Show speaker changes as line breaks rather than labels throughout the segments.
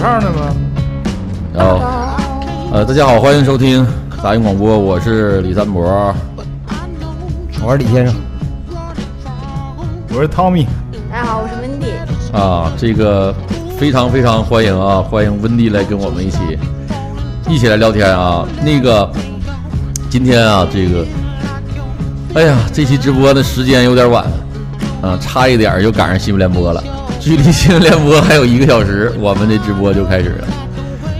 唱的吗？
然后，呃，大家好，欢迎收听杂音广播，我是李三博。
我是李先生，
我是 Tommy，
大家好，我是 Wendy。
啊，这个非常非常欢迎啊，欢迎温蒂来跟我们一起一起来聊天啊。那个今天啊，这个，哎呀，这期直播的时间有点晚啊，差一点儿就赶上新闻联播了，距离新闻联播还有一个小时，我们的直播就开始了。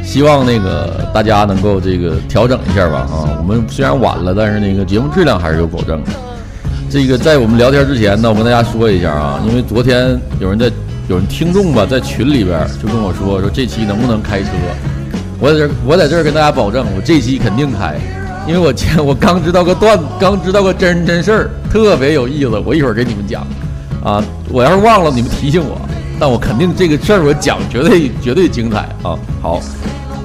希望那个大家能够这个调整一下吧啊，我们虽然晚了，但是那个节目质量还是有保证的。这个在我们聊天之前呢，我跟大家说一下啊，因为昨天有人在有人听众吧，在群里边就跟我说说这期能不能开车？我在这儿我在这儿跟大家保证，我这期肯定开，因为我前 我刚知道个段，刚知道个真真事儿，特别有意思，我一会儿给你们讲。啊，我要是忘了你们提醒我，但我肯定这个事儿我讲绝对绝对精彩啊！好，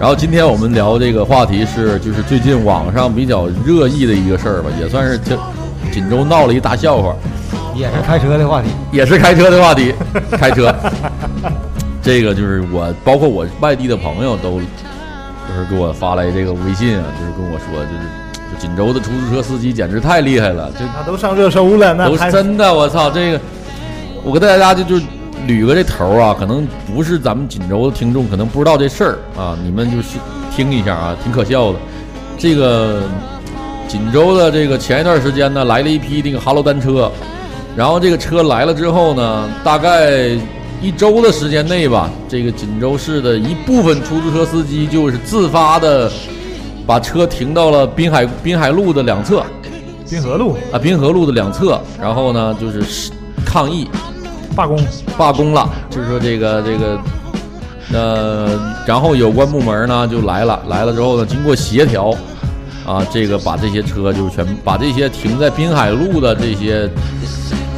然后今天我们聊这个话题是，就是最近网上比较热议的一个事儿吧，也算是这锦州闹了一大笑话，
也是开车的话题。
也是开车的话题，开车。 这个就是我，包括我外地的朋友都，就是给我发来这个微信啊，就是跟我说，就是就锦州的出租车司机简直太厉害了，就
那都上热搜了，那
都
还
是真的，我操！这个，我跟大家就就捋个这头儿啊，可能不是咱们锦州的听众，可能不知道这事儿啊，你们就是听一下啊，挺可笑的。这个锦州的这个前一段时间呢，来了一批那个哈罗单车，然后这个车来了之后呢，大概一周的时间内吧，这个锦州市的一部分出租车司机就是自发的把车停到了滨海滨海路的两侧。
滨河路
啊滨河路的两侧，然后呢就是是抗议
罢工，
罢工了，就是说这个这个，呃，然后有关部门呢就来了，来了之后呢，经过协调，啊，这个把这些车就全把这些停在滨海路的这些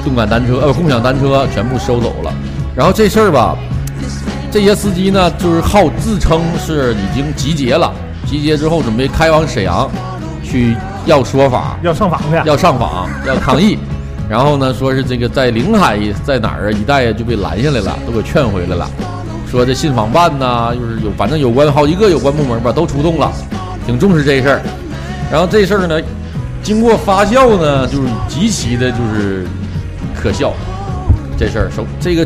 动感单车呃共享单车全部收走了，然后这事儿吧，这些司机呢，就是号自称是已经集结了，集结之后准备开往沈阳，去要说法，
要上访的，
要上访，要抗议， 然后呢，说是这个在临海在哪儿啊一带就被拦下来了，都给劝回来了，说这信访办呐、就是有反正有关好几个有关部门吧都出动了，挺重视这事儿。然后这事儿呢，经过发酵呢，就是极其的就是可笑，这事儿首这个。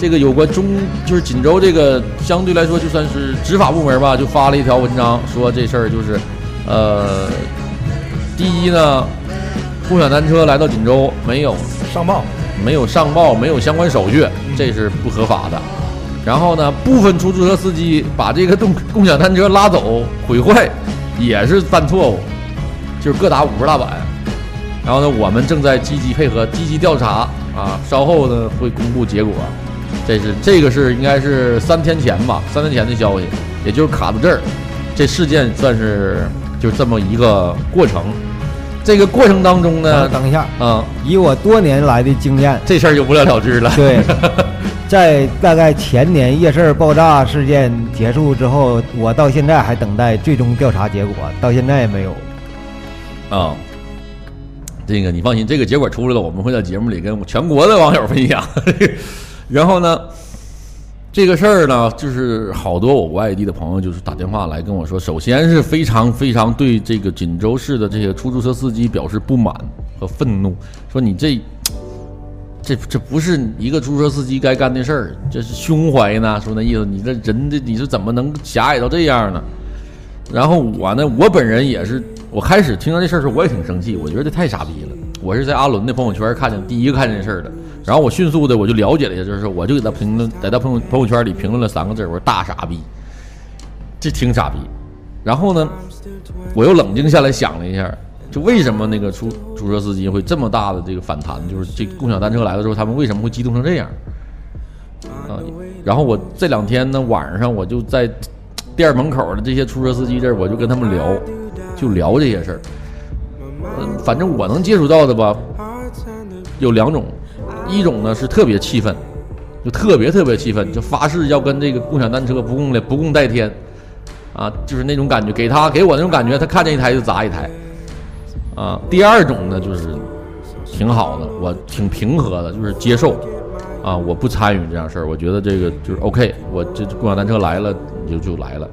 这个有关中就是锦州这个相对来说就算是执法部门吧，就发了一条文章说这事儿就是，呃，第一呢，共享单车来到锦州没有
上报，
没有上报，没有相关手续，这是不合法的。然后呢，部分出租车司机把这个动共享单车拉走毁坏，也是犯错误，就是各打五十大板。然后呢，我们正在积极配合，积极调查啊，稍后呢会公布结果。这是这个是应该是三天前吧，三天前的消息，也就是卡到这儿，这事件算是就这么一个过程。这个过程当中呢，
呃等一下，
啊、
以我多年来的经验，
这事儿就不了了之了。
对，在大概前年夜市爆炸事件结束之后，我到现在还等待最终调查结果，到现在也没有。
啊、这个你放心，这个结果出来了，我们会在节目里跟全国的网友分享。 然后呢，这个事儿呢，就是好多我外地的朋友就是打电话来跟我说，首先是非常非常对这个锦州市的这些出租车司机表示不满和愤怒，说你这。这这不是一个出租车司机该干的事儿，这是胸怀呢。说那意思，你这人这你是怎么能狭隘到这样呢？然后我呢，我本人也是，我开始听到这事儿时候，我也挺生气，我觉得这太傻逼了。我是在阿伦的朋友圈看见第一个看见这事儿的，然后我迅速的我就了解了一下，就是我就给他评论，在他朋友朋友圈里评论了三个字儿，我说大傻逼，这挺傻逼。然后呢，我又冷静下来想了一下，就为什么那个出出租车司机会这么大的这个反弹，就是这共享单车来了之后，他们为什么会激动成这样？啊，然后我这两天呢晚上我就在店儿门口的这些出租车司机这儿，我就跟他们聊，就聊这些事儿。嗯，反正我能接触到的吧，有两种，一种呢是特别气愤，就特别特别气愤，就发誓要跟这个共享单车不共了不共戴天，啊，就是那种感觉，给他给我那种感觉，他看见一台就砸一台，啊，第二种呢就是挺好的，我挺平和的，就是接受，啊，啊，我不参与这样事儿，我觉得这个就是 OK，我这共享单车来了你就就来了。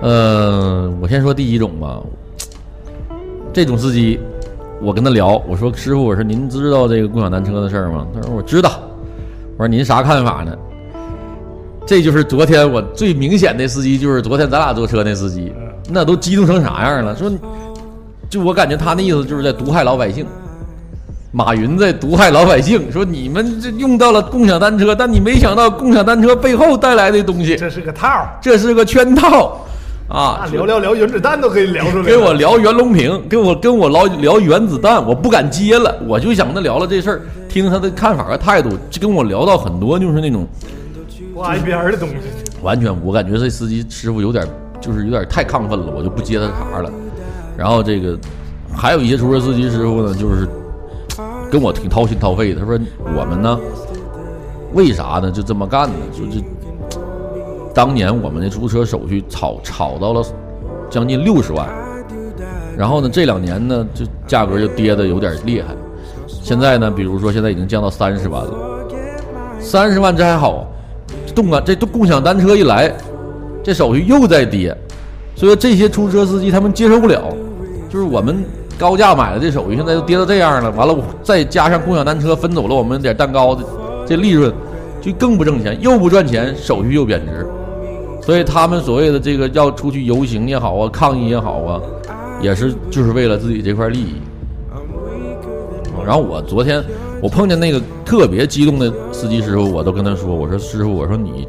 呃，我先说第一种吧，这种司机，我跟他聊，我说师傅，我说您知道这个共享单车的事儿吗？他说我知道。我说您啥看法呢？这就是昨天我最明显的司机，就是昨天咱俩坐车那司机，那都激动成啥样了？说，就我感觉他那意思就是在毒害老百姓。马云在毒害老百姓，说你们这用到了共享单车，但你没想到共享单车背后带来的东西，
这是个套儿。
这是个圈套啊！
那
说
聊聊聊原子弹都可以聊出来了。
给我聊袁隆平，跟我跟我聊聊原子弹，我不敢接了，我就想跟他聊聊这事儿，听听他的看法和态度，就跟我聊到很多就是那种
挂一边儿的东西，
完全，我感觉这司机师傅有点就是有点太亢奋了，我就不接他茬了。然后这个还有一些出租车司机师傅呢，就是跟我挺掏心掏肺的，他说我们呢为啥呢就这么干呢？就这当年我们的出租车手续炒炒到了将近六十万，然后呢这两年呢就价格就跌的有点厉害，现在呢比如说现在已经降到三十万了。三十万这还好，啊这动感这都共享单车一来，这手续又在跌，所以说这些出租车司机他们接受不了，就是我们高价买的这手续现在都跌到这样了，完了我再加上共享单车分走了我们点蛋糕的这利润，就更不挣钱，又不赚钱，手续又贬值，所以他们所谓的这个要出去游行也好啊，抗议也好啊，也是就是为了自己这块利益。然后我昨天我碰见那个特别激动的司机师傅，我都跟他说，我说师傅，我说你，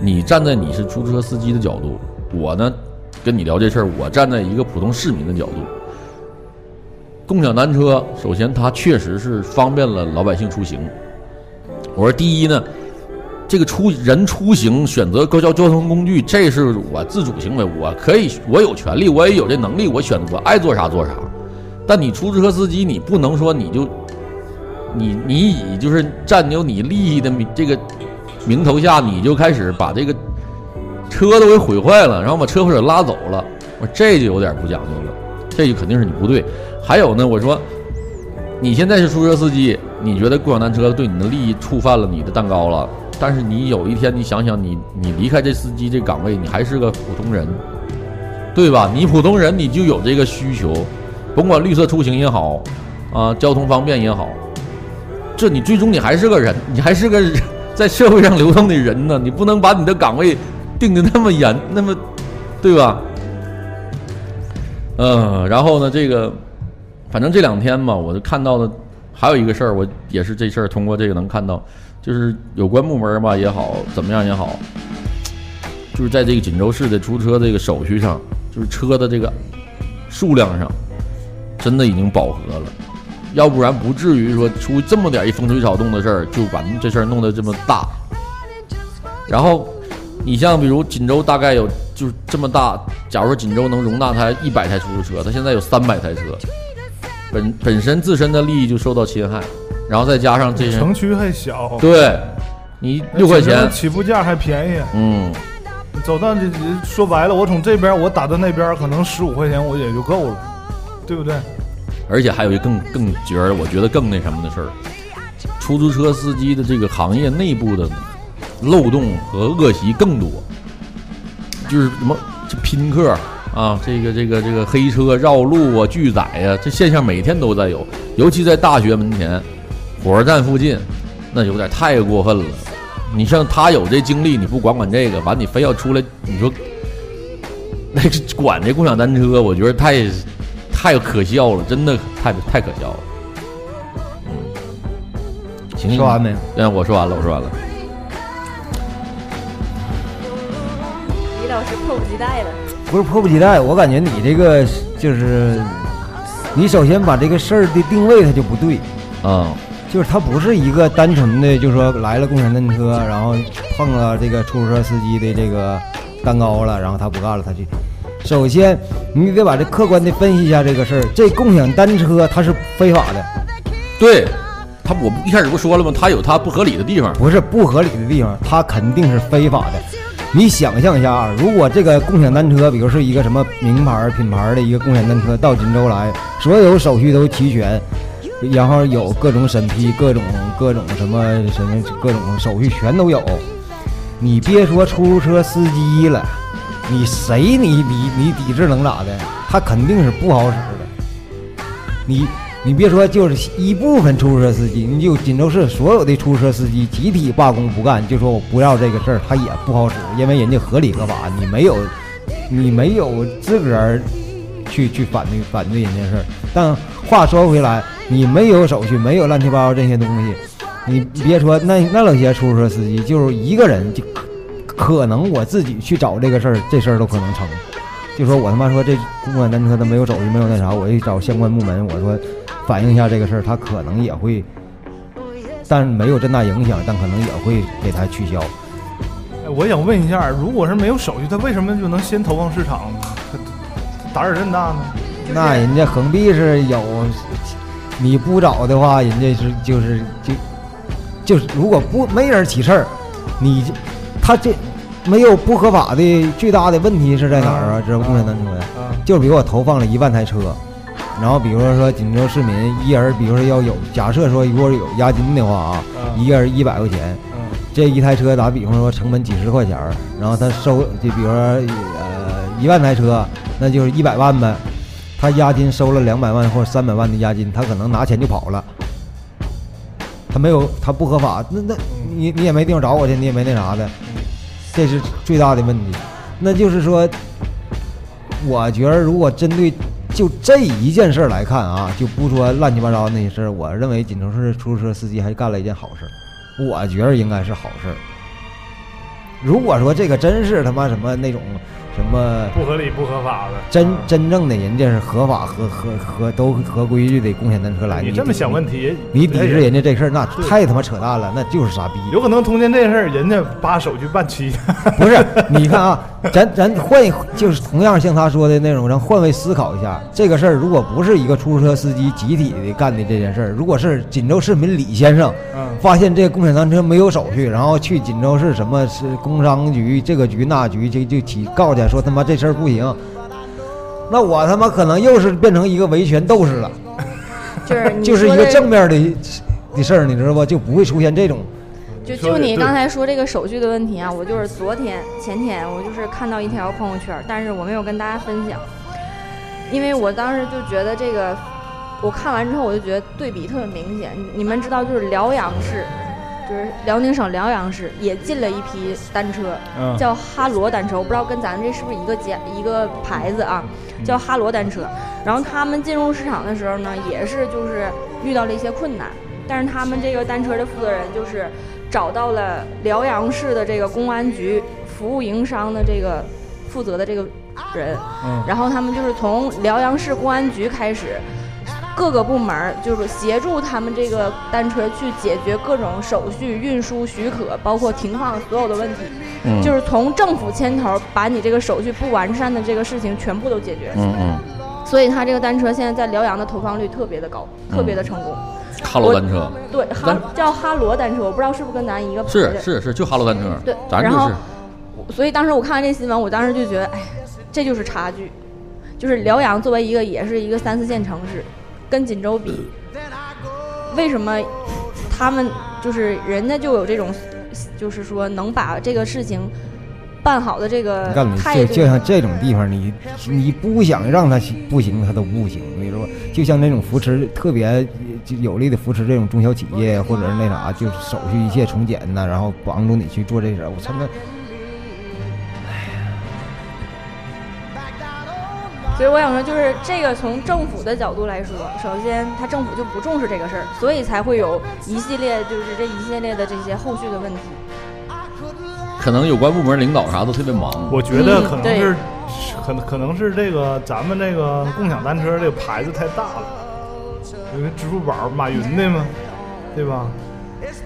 你站在你是出租车司机的角度，我呢跟你聊这事儿，我站在一个普通市民的角度。共享单车，首先它确实是方便了老百姓出行。我说第一呢，这个出人出行选择公交交通工具，这是我自主行为，我可以，我有权利，我也有这能力，我选我爱做啥做啥。但你出租车司机，你不能说你就，你你以就是占有你利益的名这个名头下，你就开始把这个车都给毁坏了，然后把车或者拉走了，我说这就有点不讲究了，这就肯定是你不对。还有呢，我说你现在是出租车司机，你觉得共享单车对你的利益触犯了你的蛋糕了，但是你有一天你想想你，你离开这司机这岗位，你还是个普通人，对吧？你普通人你就有这个需求，甭管绿色出行也好，啊，交通方便也好，这你最终你还是个人， 你还是个人在社会上流动的人呢，你不能把你的岗位定的那么严，那么，对吧？嗯，然后呢，这个，反正这两天嘛，我就看到的还有一个事儿，我也是这事儿通过这个能看到，就是有关部门吧也好，怎么样也好，就是在这个锦州市的出租车这个手续上，就是车的这个数量上，真的已经饱和了，要不然不至于说出这么点一风吹草动的事儿，就把这事儿弄得这么大。然后，你像比如锦州大概有就是这么大，假如说锦州能容纳它一百台出租车，它现在有三百台车，本本身自身的利益就受到侵害，然后再加上这些，
城区还小，
嗯对你
那
六块
其实
钱，
起步价还便宜。
嗯，
走到这说白了，我从这边我打到那边，可能十五块钱我也就够了，对不对？
而且还有一个更更绝儿，我觉得更那什么的事儿，出租车司机的这个行业内部的漏洞和恶习更多，就是什么这拼客啊，这个这个这个黑车绕路啊、拒载呀、这现象每天都在有，尤其在大学门前、火车站附近，那有点太过分了。你像他有这经历，你不管管这个，完你非要出来，你说那个管这共享单车，我觉得太太可笑了，真的太太可笑了。嗯，行，
说完没有？
嗯，我说完了，我说完了。
李老师迫不及 待了，
不是迫不及待，我感觉你这个就是，你首先把这个事儿的定位它就不对，
嗯
就是它不是一个单纯的，就是说来了共享单车，然后碰了这个出租车司机的这个蛋糕了，然后他不干了，他去。首先，你得把这客观的分析一下这个事儿。这共享单车它是非法的，，
对他，我不一开始不说了吗？他有他不合理的地方。
不是不合理的地方，它肯定是非法的。你想象一下啊，如果这个共享单车，比如是一个什么名牌儿品牌儿的一个共享单车到锦州来，所有手续都齐全，然后有各种审批，各种各种什么什么各种手续全都有。你别说出租车司机了，你谁你你你抵制能咋的？他肯定是不好使的。你你别说，就是一部分出租车司机，你就锦州市所有的出租车司机集体罢工不干，就说我不要这个事儿，他也不好使，因为人家合理合法，你没有你没有资格儿去去反对反对人家事儿。但话说回来，你没有手续，没有乱七八糟这些东西，你别说那那老些出租车司机，就是一个人就可可能我自己去找这个事儿，这事儿都可能成。就说我他妈说这共享单车他没有手续，没有那啥，我去找相关部门，我说反映一下这个事儿，他可能也会，但没有这大影响，但可能也会给他取消。
哎我想问一下，如果是没有手续，他为什么就能先投放市场呢？胆儿真大呢？
那人家横必是有，你不找的话，人家是就是就就是如果不没人起事儿，你就他这没有不合法的最大的问题是在哪儿啊？这共享单车呀，
啊，
就比如我投放了一万台车，然后比如说锦州市民一人，比如说要有假设说如果有押金的话啊，
嗯
一个人一百块钱，
嗯
这一台车打比方说成本几十块钱儿，然后他收就比如说呃一万台车，那就是一百万呗。他押金收了两百万或者三百万的押金，他可能拿钱就跑了。他没有，他不合法，那那你你也没地方找我去，你也没那啥的，这是最大的问题。那就是说，我觉得如果针对就这一件事儿来看啊，就不说乱七八糟那些事儿，我认为锦州市出租车司机还干了一件好事儿，我觉得应该是好事儿。如果说这个真是他妈什么那种什么
不合理不合法的，
真
啊
真正的人家是合法合合合都合规矩的共享单车来，
你这么想问题也，
你抵制人
家，
家这事儿，那
对
太他妈扯淡了，那就是傻逼。
有可能通奸这事儿，人家把手续办齐，
不是，你看啊，咱咱换一，就是同样像他说的那种，咱换位思考一下，这个事儿如果不是一个出租车司机集体的干的这件事儿，如果是锦州市民李先生
嗯
发现这个共享单车没有手续，然后去锦州市什么是工商局这个局那局就就起告去，说他妈这事儿不行，那我他妈可能又是变成一个维权斗士了。
就是你
就是一
说
个
的
正面的的事儿，你知道吧？就不会出现这种。
就
说
就
得
你
对
刚才说这个手续的问题啊，我就是昨天前天我就是看到一条朋友圈，但是我没有跟大家分享，因为我当时就觉得这个，我看完之后我就觉得对比特别明显。你们知道，就是辽阳市，就是辽宁省辽阳市也进了一批单车，
嗯
叫哈罗单车，我不知道跟咱们这是不是一个家一个牌子啊，
嗯
叫哈罗单车。然后他们进入市场的时候呢，也是就是遇到了一些困难，但是他们这个单车的负责人就是找到了辽阳市的这个公安局服务营商的这个负责的这个人，
嗯
然后他们就是从辽阳市公安局开始。各个部门儿就是协助他们这个单车去解决各种手续、运输许可，包括停放所有的问题，
嗯
就是从政府牵头把你这个手续不完善的这个事情全部都解决。
嗯嗯，
所以它这个单车现在在辽阳的投放率特别的高，
嗯
特别的成功。
哈罗单车
对，哈叫哈罗单车，我不知道是不是跟咱一个 牌
是
子。
是是，就哈罗单车，
对
咱就
然后
是
所以当时我看完这新闻，我当时就觉得，哎，这就是差距，就是辽阳作为一个也是一个三四线城市，跟锦州比，为什么他们就是人家就有这种，就是说能把这个事情办好的这个
你看，你
态
就
度？啊
就像这种地方，你你不想让他行不行，他都不行。你说，就像那种扶持特别就有力的扶持这种中小企业，或者是那啥，
啊
就是手续一切从简呐、然后帮助你去做这事儿。我他妈，
所以我想说，就是这个从政府的角度来说，首先他政府就不重视这个事儿，所以才会有一系列就是这一系列的这些后续的问题。
可能有关部门领导啥都特别忙。
我觉得可
嗯
能
对
是，可能可能是这个咱们这个共享单车这个牌子太大了，有个支付宝马云的嘛，对吧？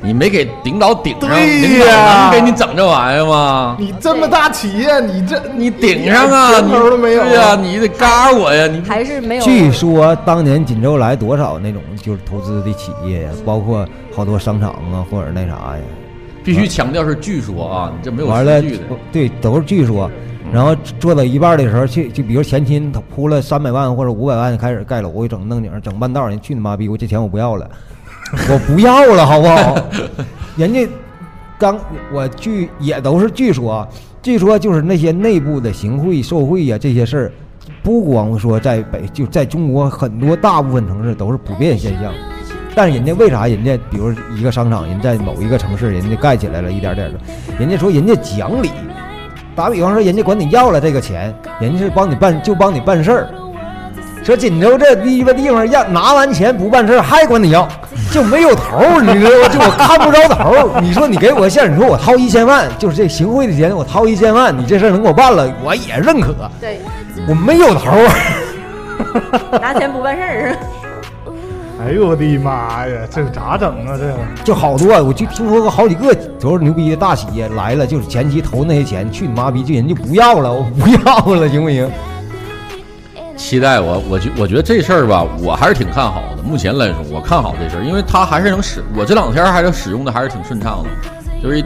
你没给领导顶上，
对
领导
呀
能给你整这玩意儿吗？
你这么大企业，你这
你顶上
你
啊！你
连头都没有
对呀、你得嘎我呀！
嗯
你
还是没有
据说当年锦州来多少那种就是投资的企业呀，包括好多商场啊，或者那啥呀。
必须强调是据说啊，你这没有
完
实
了
据的。，嗯
对，都是据说。然后做到一半儿的时候，去就比如前期他铺了三百万或者五百万开始盖楼，我整弄景儿整半道儿，人去你妈逼！我这钱我不要了， 我不要了，好不好？ 人家刚我据也都是据说，啊，据说就是那些内部的行贿受贿呀、这些事儿，不光说在北，就在中国很多大部分城市都是普遍现象。但是人家为啥人家，比如一个商场，人在某一个城市，人家盖起来了，一点点的，人家说人家讲理，打比方说人家管你要了这个钱，人家是帮你办就帮你办事儿。说锦州这鸡巴地方要拿完钱不办事儿，还管你要，就没有头儿，你知道吗？就我看不着头儿。你说你给我个线，你说我掏一千万，就是这行贿的钱，我掏一千万，你这事儿能给我办了，我也认可。
对，
我没有头儿。
拿钱不办事儿是吧？
哎呦我的妈呀，这个咋整啊？这个
就好多、啊，我就听说过好几个多少牛逼的大企业来了，就是前期投那些钱，去你妈逼，就人家不要了，我不要了，行不行？
期待我，我觉我觉得这事儿吧，我还是挺看好的。目前来说，我看好这事儿，因为它还是能使。我这两天还是使用的还是挺顺畅的，就是一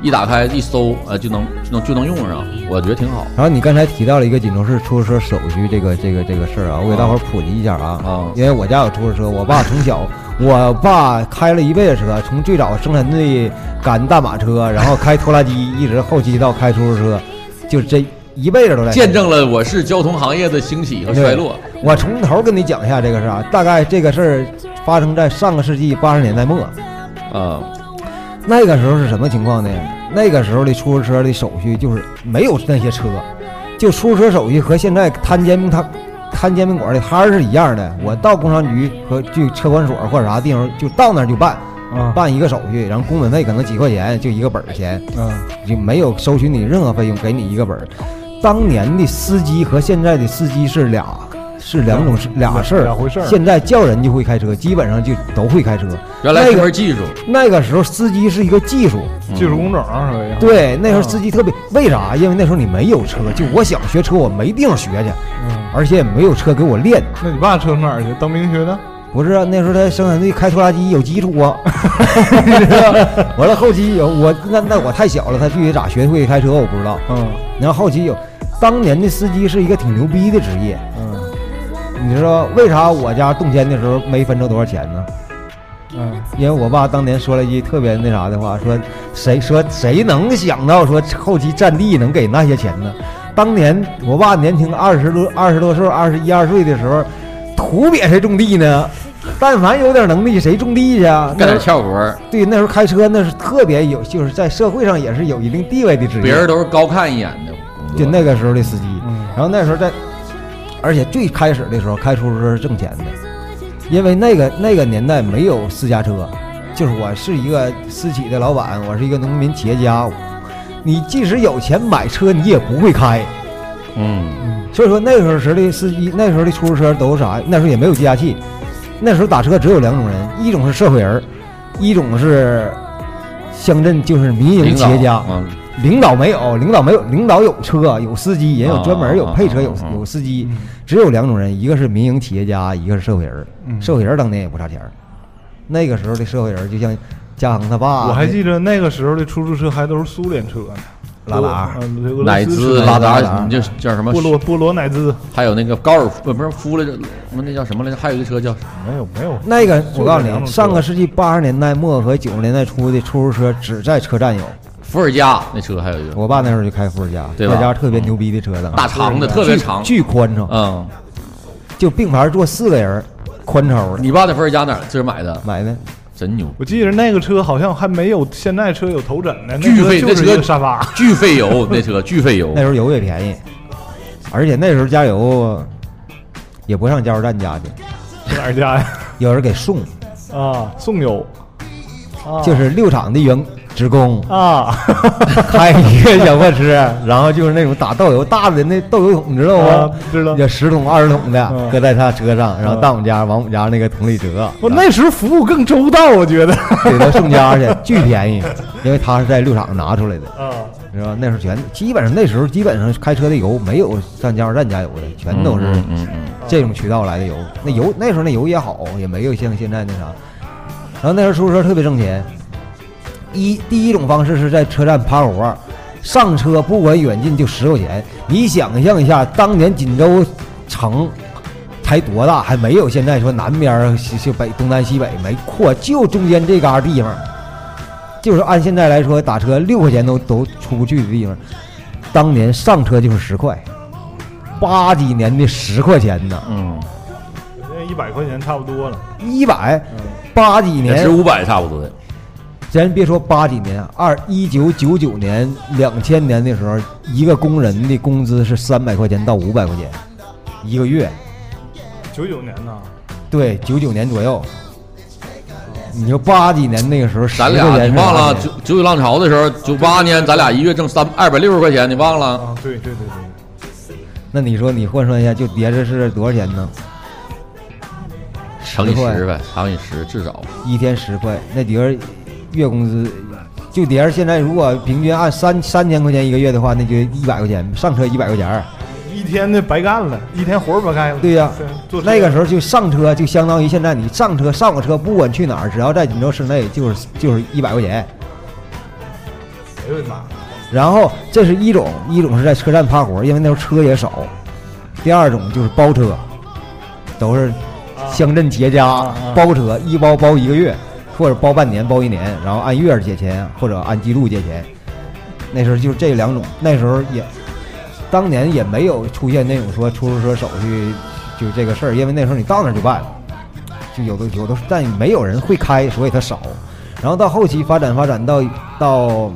一打开一搜，呃，就能就能就能用上，我觉得挺好
然后你刚才提到了一个锦州市出租车手续这个这个这个事儿啊，我给大伙儿普及一下啊，
啊
因为我家有出租车，我爸从小，我爸开了一辈子车，从最早生产队赶大马车，然后开拖拉机，一直后期到开出租车，就这一辈子都在
见证了我市交通行业的兴起和
对
衰落。
我从头跟你讲一下这个事儿啊，大概这个事儿发生在上个世纪八十年代末，
啊、
那个时候是什么情况呢？那个时候的出租车的手续就是没有那些车，就出租车手续和现在摊煎饼摊摊煎饼馆的摊儿是一样的。我到工商局和去车管所或者啥地方，就到那儿就办，
啊
办一个手续，然后工本费可能几块钱，就一个本儿钱，
啊，
就没有收取你任何费用，给你一个本儿。当年的司机和现在的司机是俩，是两种事，俩事儿，
两回事儿
现在叫人就会开车，基本上就都会开车。
原来
那
这
个
门技术，
那个时候司机是一个技术，
技术工种啊是吧？
对，那时候
嗯
司机特别为啥？因为那时候你没有车，就我想学车，我没地方学去，
嗯，
而且也没有车给我练。
那你爸车从哪儿去？当兵学的？
不是啊，那时候在生产队开拖拉机有基础 啊，完了后期有我那那我太小了，他具体咋学会开车我不知道。
嗯
然后后期有，当年的司机是一个挺牛逼的职业，
嗯
你知道为啥我家动迁的时候没分着多少钱呢？
嗯，
因为我爸当年说了一句特别那啥的话，说谁说谁能想到说后期占地能给那些钱呢？当年我爸年轻二十多二十多岁二十一二岁的时候，土瘪谁种地呢？但凡有点能力，谁种地去啊？
干
那
点
时候
翘活儿，
对，那时候开车那是特别有，就是在社会上也是有一定地位的职业。
别人都是高看一眼的工作。
就那个时候的司机
嗯，
然后那时候在，而且最开始的时候开出租车是挣钱的，因为那个那个年代没有私家车，就是我是一个私企的老板，我是一个农民企业家，你即使有钱买车，你也不会开，
嗯，
所以说那时候时的司机，那时候的出租车都是啥？那时候也没有计价器，那时候打车只有两种人，一种是社会人儿，一种是乡镇就是民营
领
企
导
业家。
嗯，
领导没有，领导没有，领导有车，有司机，也有专门有
啊
配车，有
啊啊
有司机，只有两种人，一个是民营企业家，一个是社会人儿。
嗯
社会人儿当年也不差钱儿，那个时候的社会人儿就像嘉恒他爸，
我还记得那个时候的出租车还都是苏联车呢，
拉啊达
俄嗯俄罗斯
乃
车
兹、
拉达
达，你这叫什么？
波罗波罗乃兹，
还有那个高尔夫，不是夫来着，我们那叫什么来着？还有一个车叫什么
没有没有，
那个我告诉
就这两种车
你，上个世纪八十年代末和九十年代初的出租车只在车站有，
伏尔加那车，还有一个
我爸那时候就开伏尔加，
对
他
吧
家特别牛逼的车子，
大长的，特别长。
啊巨宽敞，
嗯，
就并排坐四个人儿，宽敞的，
你爸那伏尔加哪儿自己买的？
买的。
真牛，
我记得那个车好像还没有现在车有头枕呢，那
巨费
车就
那
是一
车
个沙发。
巨费油，那车巨费油
那。时候油也便宜，而且那时候加油也不上加油站加去，
哪儿家 呀？
有人给送，
啊，送油，啊
就是六厂的员职工
啊，
开一个小货车，然后就是那种打豆油大的那豆油桶，你知道吗
啊？知道
有十桶二十桶的
嗯
搁在他车上，然后到我们家往我们家那个桶里 折，啊
我哦那时候服务更周到，我觉得。
给他送家去，巨便宜，因为他是在六厂拿出来的。
啊，
是吧？那时候全基本上那时候基本上开车的油没有上加油站加油的，全都是
嗯嗯嗯
这种渠道来的油。那油那时候那油也好，也没有像现在那啥。然后那时候出租车特别挣钱，一第一种方式是在车站趴活儿，上车不管远近就十块钱。你想象一下，当年锦州城才多大，还没有现在说南边儿西西北东南西北没扩，就中间这嘎地方，就是按现在来说打车六块钱都都出不去的地方，当年上车就是十块，八几年的十块钱呢，
嗯，
现在一百块钱差不多了。
一百，八几
也
年
值五百差不多的。
咱别说八几年，啊二一九九九年、两千年的时候，一个工人的工资是三百块钱到五百块钱一个月，
九九年呢，
对，九九年左右。你说八几年那个时候，十
咱
块
俩
钱
你
是啊
忘
啥
了
钱
九九九浪潮的时候，九八年咱俩一月挣三二百六十块钱，你忘了？
啊，对对对对，
那你说你换算一下，就叠着是多少钱呢？
乘以
块
十呗，乘以十至少。
一天十块，那底下月工资就底下现在如果平均按三三千块钱一个月的话，那就一百块钱上车一百块钱儿。
一天的白干了，一天活儿白干了。
对呀、
坐车
那个时候就上车就相当于现在你上车上个车，不管去哪儿，只要在锦州市内，就是就是一百块钱。
哎呦我的妈！
然后这是一种，一种是在车站趴活，因为那时候车也少；第二种就是包车，都是乡镇结家
啊啊
包车，一包包一个月，或者包半年、包一年，然后按月儿结钱或者按季度结钱。那时候就是这两种，那时候也，当年也没有出现那种说出租车手续就这个事儿，因为那时候你到那儿就办了。就有的有的，但没有人会开，所以它少。然后到后期发展发展到到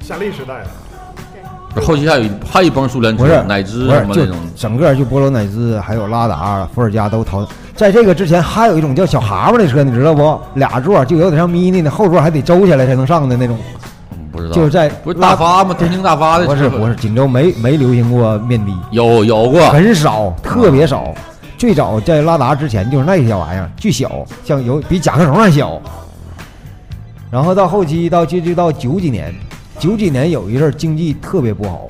夏利时代啊了，
后期还有一还有一帮苏联
不是
车，乃至
不
什
是
么
就
那种，
整个就波罗乃兹，还有拉达、伏尔加都淘。在这个之前，还有一种叫小蛤蟆的车，你知道不？俩座就有点像 mini 的，后座还得周下来才能上的那种。
嗯不知道。
就是在
不是大发吗？天津大发的
不
车
是不是，锦州没没流行过面的，
有有
啊
过，
很少，特别少。最早在拉达之前就是那小玩意儿，巨小，像有比甲壳虫还小。然后到后期到就就到九几年，九几年有一阵儿经济特别不好，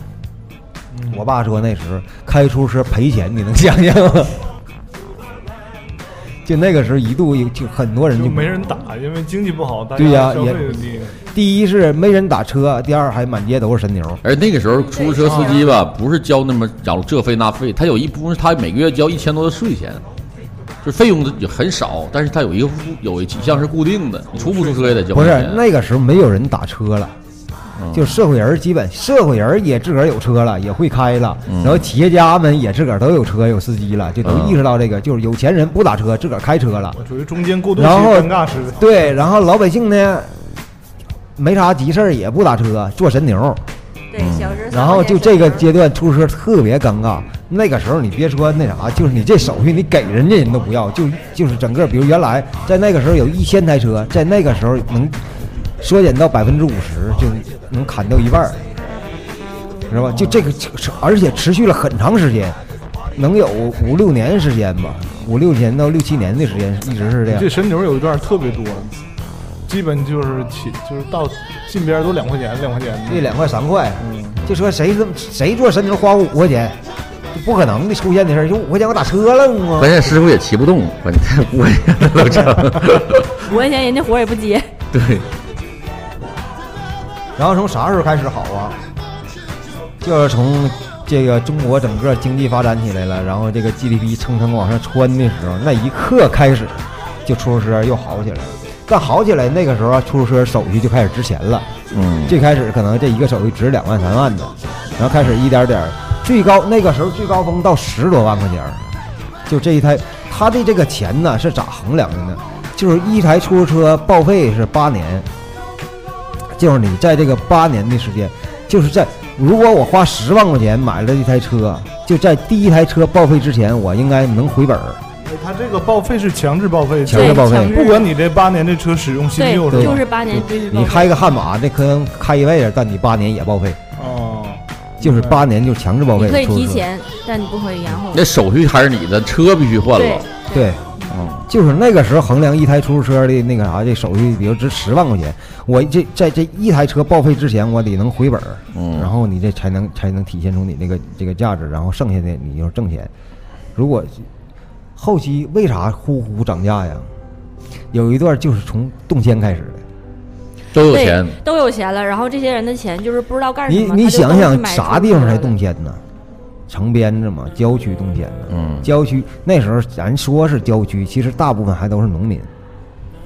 嗯
我爸说那时候开出租车赔钱，你能想象吗？就那个时候一度有就很多人
就
就
没人打，因为经济不好，大
嗯对呀
家消费
也
就低。
第一是没人打车，第二还满街都是神牛。
而那个时候出租车司机吧，
哎
不是交那么缴这费那费，他有一部分他每个月交一千多的税钱，就费用也很少，但是他有一个有几项是固定的，你出不出车也得交
不是
钱
那个时候没有人打车了，就社会人儿基本社会人儿也自个儿有车了，也会开了，然后企业家们也自个儿都有车有司机了，就都
嗯
意识到这个，就是有钱人不打车，自个儿开车了。
我处于中间过渡期
然后
尴尬时代。
对，然后老百姓呢，没啥急事儿也不打车，坐神牛。
对，小时候
嗯然后就这个
接
阶段出租车特别尴尬，那个时候你别说那啥，就是你这手续你给人家人都不要，就就是整个，比如原来在那个时候有一千台车，在那个时候能缩减到百分之五十，就能砍掉一半儿，知道吧？就这个，而且持续了很长时间，能有五六年时间吧，五六年到六七年的时间一直是这样
这。神牛有一段特别多，基本就是起就是到近边都两块钱，两块钱的。
这两块三块，就说谁这么谁坐神牛花五块钱，就不可能的出现的事儿，就五块钱我打车了吗？
关键师傅也骑不动， 关键五块钱都成。
五块钱人家活儿也不接，
对，
然后从啥时候开始好啊？就是从这个中国整个经济发展起来了，然后这个 GDP 蹭蹭往上窜的时候，那一刻开始，就出租车又好起来了。但好起来那个时候啊，出租车手续就开始值钱了。
嗯，
最开始可能这一个手续值两万三万的，然后开始一点点儿，最高那个时候最高峰到十多万块钱儿，就这一台，它的这个钱呢是咋衡量的呢？就是一台出租车报废是八年，就是你在这个八年的时间，就是在如果我花十万块钱买了一台车，就在第一台车报废之前，我应该能回本儿。
哎他这个报废是强制报废，
强制
对
报废
强制
不管你这八年这车使用新
对
旧，
对
是
就
吧？
是八年必须报
你
销。
开个悍马，这可能开一辈子，但你八年也报废，
哦，
就是八年就强制报
你
废。
可以
出租
提
车
前，但你不可以延后。
那手续还是你的，车必须换
对
了。
对，
嗯，
就是那个时候衡量一台出租车的那个啥，这手续比如值十万块钱，我这在这一台车报废之前，我得能回本儿，
嗯
然后你这才能才能体现出你这个这个价值，然后剩下的你就是挣钱。如果后期为啥呼呼涨价呀？有一段就是从动迁开始的，
都有
对
钱，
都有钱了，然后这些人的钱就是不知道干什
你
么。
你
他就都
想
去
想，
买
啥
车
地方
了
才动迁呢？城边子嘛，郊区动迁呢。
嗯
郊区那时候咱说是郊区，其实大部分还都是农民，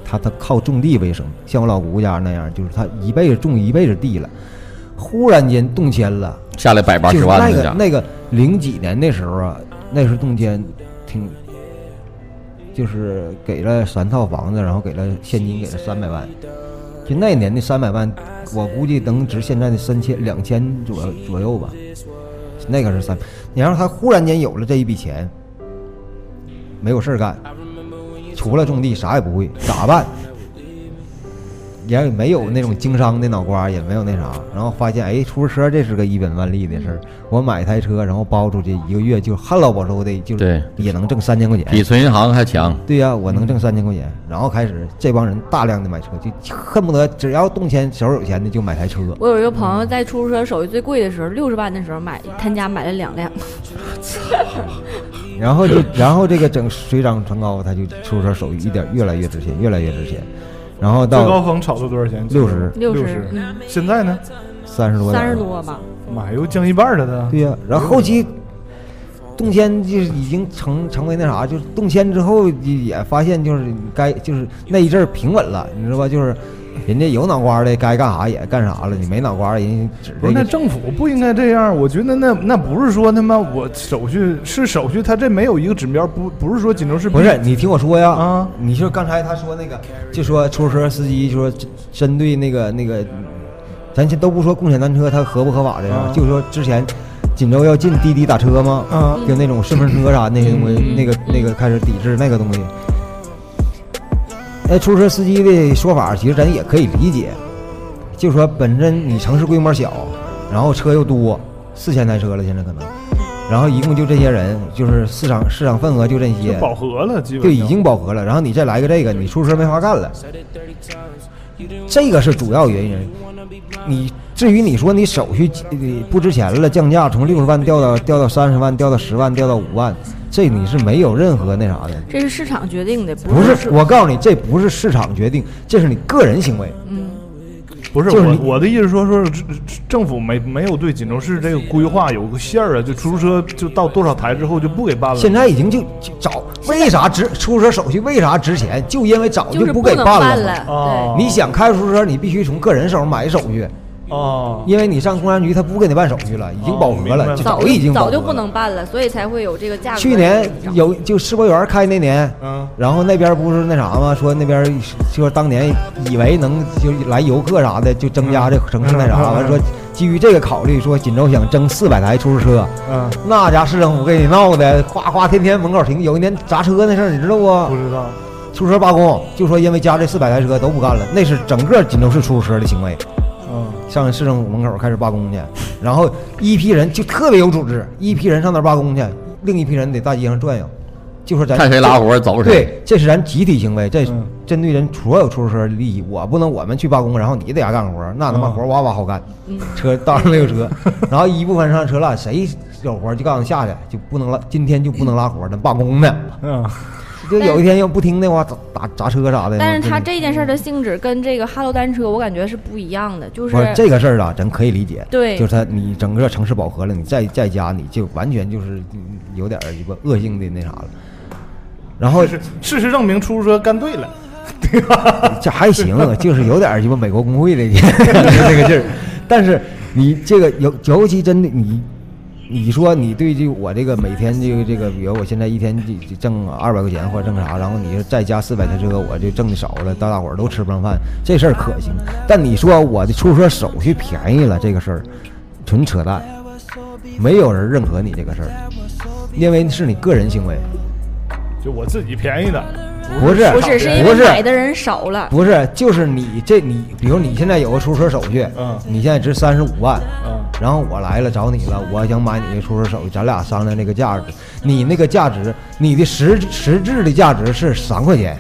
他他靠种地为生。像我老姑家那样，就是他一辈子种一辈子地了，忽然间动迁了，
下来百八
就
十
是
万
那
的
个
家，
那个零几年那时候啊，那时候动迁挺，就是给了三套房子，然后给了现金，给了三百万。就那年的三百万，我估计能值现在的三千两千左右左右吧。那个是三，你让他忽然间有了这一笔钱，没有事儿干，除了种地啥也不会，咋办？ 也没有那种经商的脑瓜，也没有那啥，然后发现哎，出租车这是个一本万利的事
嗯
儿。我买一台车，然后包出去一个月就旱涝保收的，就
对
是也能挣三千块钱。
比嗯存银行还强。
对呀、我能挣三千块钱，然后开始这帮人大量的买车，就恨不得只要动迁手有钱的就买台车。
我有一个朋友在出租车手续最贵的时候，六十万的时候买，他家买了两辆。
然后就， 然后这个整水涨船高，他就出租车手艺一点越来越值钱，越来越值钱，然后
最高
到
峰炒到多少钱？
60
六
60嗯
现在呢？
三十多，
三十，多吧，
妈，又降一半了的。
对呀、然后后期动迁就是已经成成为那啥，就是动迁之后也发现就是该就是那一阵儿平稳了，你知道吧？就是人家有脑瓜的该干啥也干啥了，你没脑瓜的人家指
不
这
是，那
个
政府不应该这样。我觉得那那不是说他妈我手续是手续，他这没有一个指标，不不是说锦州市
不是，你听我说呀，
啊
你就是刚才他说那个，就说出租车司机，就说针针对那个那个，咱先都不说共享单车它合不合法的呀，
啊
就说之前锦州要禁滴滴打车吗？
啊嗯
就那种顺风车啥啊那些东西，那个那个开始抵制那个东西。那出租车司机的说法，其实咱也可以理解，就说本身你城市规模小，然后车又多，四千台车了现在可能，然后一共就这些人，就是市场市场份额就这些，
饱和了，基本
就
上
已经饱和了，然后你再来个这个，你出租车没法干了，这个是主要原因。你至于你说你手续呃不值钱了，降价从六十万掉到掉到三十万，掉到十万，掉到五万，这你是没有任何那啥的。
这是市场决定的，
不
是
是，我告诉你，这不是市场决定，这是你个人行为。
不是
就是
我
你
我的意思说说这这政府没没有对锦州市这个规划有个线儿啊，就出租车就到多少台之后就不给办了。
现在已经就就早，为啥值出租车手续为啥值钱？就因为早
就是不
不给
能
办
了。
嘛。
哦
你想开出租车，你必须从个人手买手续，
哦，
因为你上公安局他不给你办手续了，已经饱和
哦明白了
对，
了，就
早
已经饱
早
和
就不
了。
能办了，所以才会有这个价格。
去年有就世博园开那年，
嗯
然后那边不是那啥吗？说那边说当年以为能就来游客啥的，就增加这城市
嗯
那
嗯
啥，
嗯
完说基于这个考虑，说锦州想增四百台出租车，
嗯，
那家市政府给你闹的，夸夸天天门口停。有一年砸车那事儿你知道
不
不？
知道。
出租车罢工，就说因为加这四百台车都不干了，那是整个锦州市出租车的行为。
嗯，
上市政府门口开始罢工去，然后一批人就特别有组织，一批人上那儿罢工去，另一批人得大街上转悠，就说咱
看谁拉活儿走谁。
对，这是咱集体行为，这
嗯
针对人所有出租车的利益，我不能我们去罢工，然后你在家干活儿，那他妈
嗯
活儿哇哇好干，车道上没有车，然后一部分上车了，谁有活儿就告诉下去，就不能拉，今天就不能拉活儿，咱罢工呢，
嗯，
就有一天要不听的话，砸打砸车啥的。
嗯
但是
真
他
的
这件事儿的性质跟这个哈罗单车，我感觉是不一样的，就是
不是这个事儿啊，咱可以理解。
对
就是他，你整个城市饱和了，你再再加，你就完全就是嗯有点儿一个恶性的那啥了。然后
但是事实证明出租车干对了。
这还行，就是有点儿鸡巴美国工会的那个劲 儿。但是你这个尤尤其真的你，你说你对这我这个每天这个这个，比如我现在一天就就挣二百块钱或者挣啥，然后你说再加四百台车，我就挣的少了，大大伙儿都吃不上饭，这事儿可行。但你说我的出租车手续便宜了这个事儿，纯扯淡，没有人认可你这个事儿，因为是你个人行为。
就我自己便宜的，
不是
不是是因
不
为
是
买的人少了，
不是，就是你这你，比如你现在有个出租车手续，
嗯
你现在值三十五万，
嗯
然后我来了找你了，我想买你的出租车手续，咱俩商量那个价值，你那个价值，你的实实质的价值是三块钱，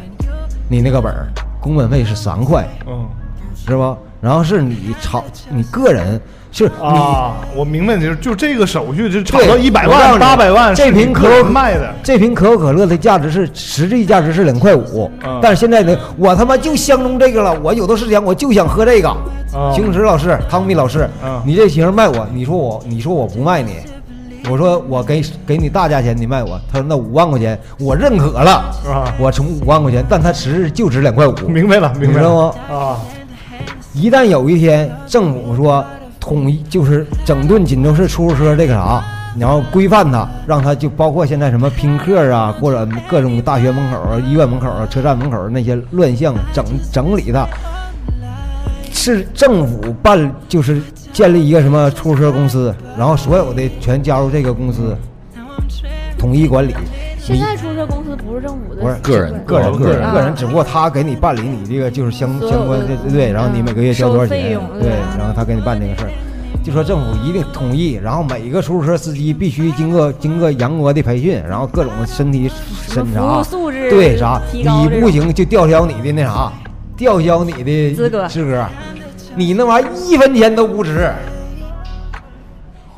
你那个本儿，工本费是三块，
嗯，
是吧？然后是你炒你个人是你
啊，我明白，就是就这个手续就炒
对
到一百
我告诉
万、
你
八百万，
这
是你
瓶可
个
口
人卖的，
这瓶可口可乐的价值是实际价值是两块五
嗯，
但是现在呢，我他妈就相中这个了，我有的是钱，我就想喝这个。
嗯
秦石老师、汤米老师
嗯，
你这瓶卖我，你说我，你说我不卖你，我说我给给你大价钱，你卖我，他说那五万块钱我认可了
啊，
我从五万块钱，但他实质就值两块五。
明白了，明白
你知
了
道
啊，
一旦有一天政府说统一就是整顿锦州市出租车这个啥，然后规范它，让它就包括现在什么拼客啊，或者各种大学门口啊、医院门口啊、车站门口那些乱象整整理它，是政府办就是建立一个什么出租车公司，然后所有的全加入这个公司，统一管理。
现在出租车公司不是政府的，
不是
是
个人
个人
个
个
人
人个人，只不过他给你办理你这个就是相
啊所有的
相关的对对，然后你每个月交多少
收费
钱
用，
对
对，
然后他给你办这个事儿。就说政府一定同意，然后每一个出租车司机必须经过经过严格的培训，然后各种身体审
么服
查，
务素质
对啥，
提高
你
这
不
种
行就吊销你的那啥，吊销你的
资格
资格，你那玩意儿一分钱都不值。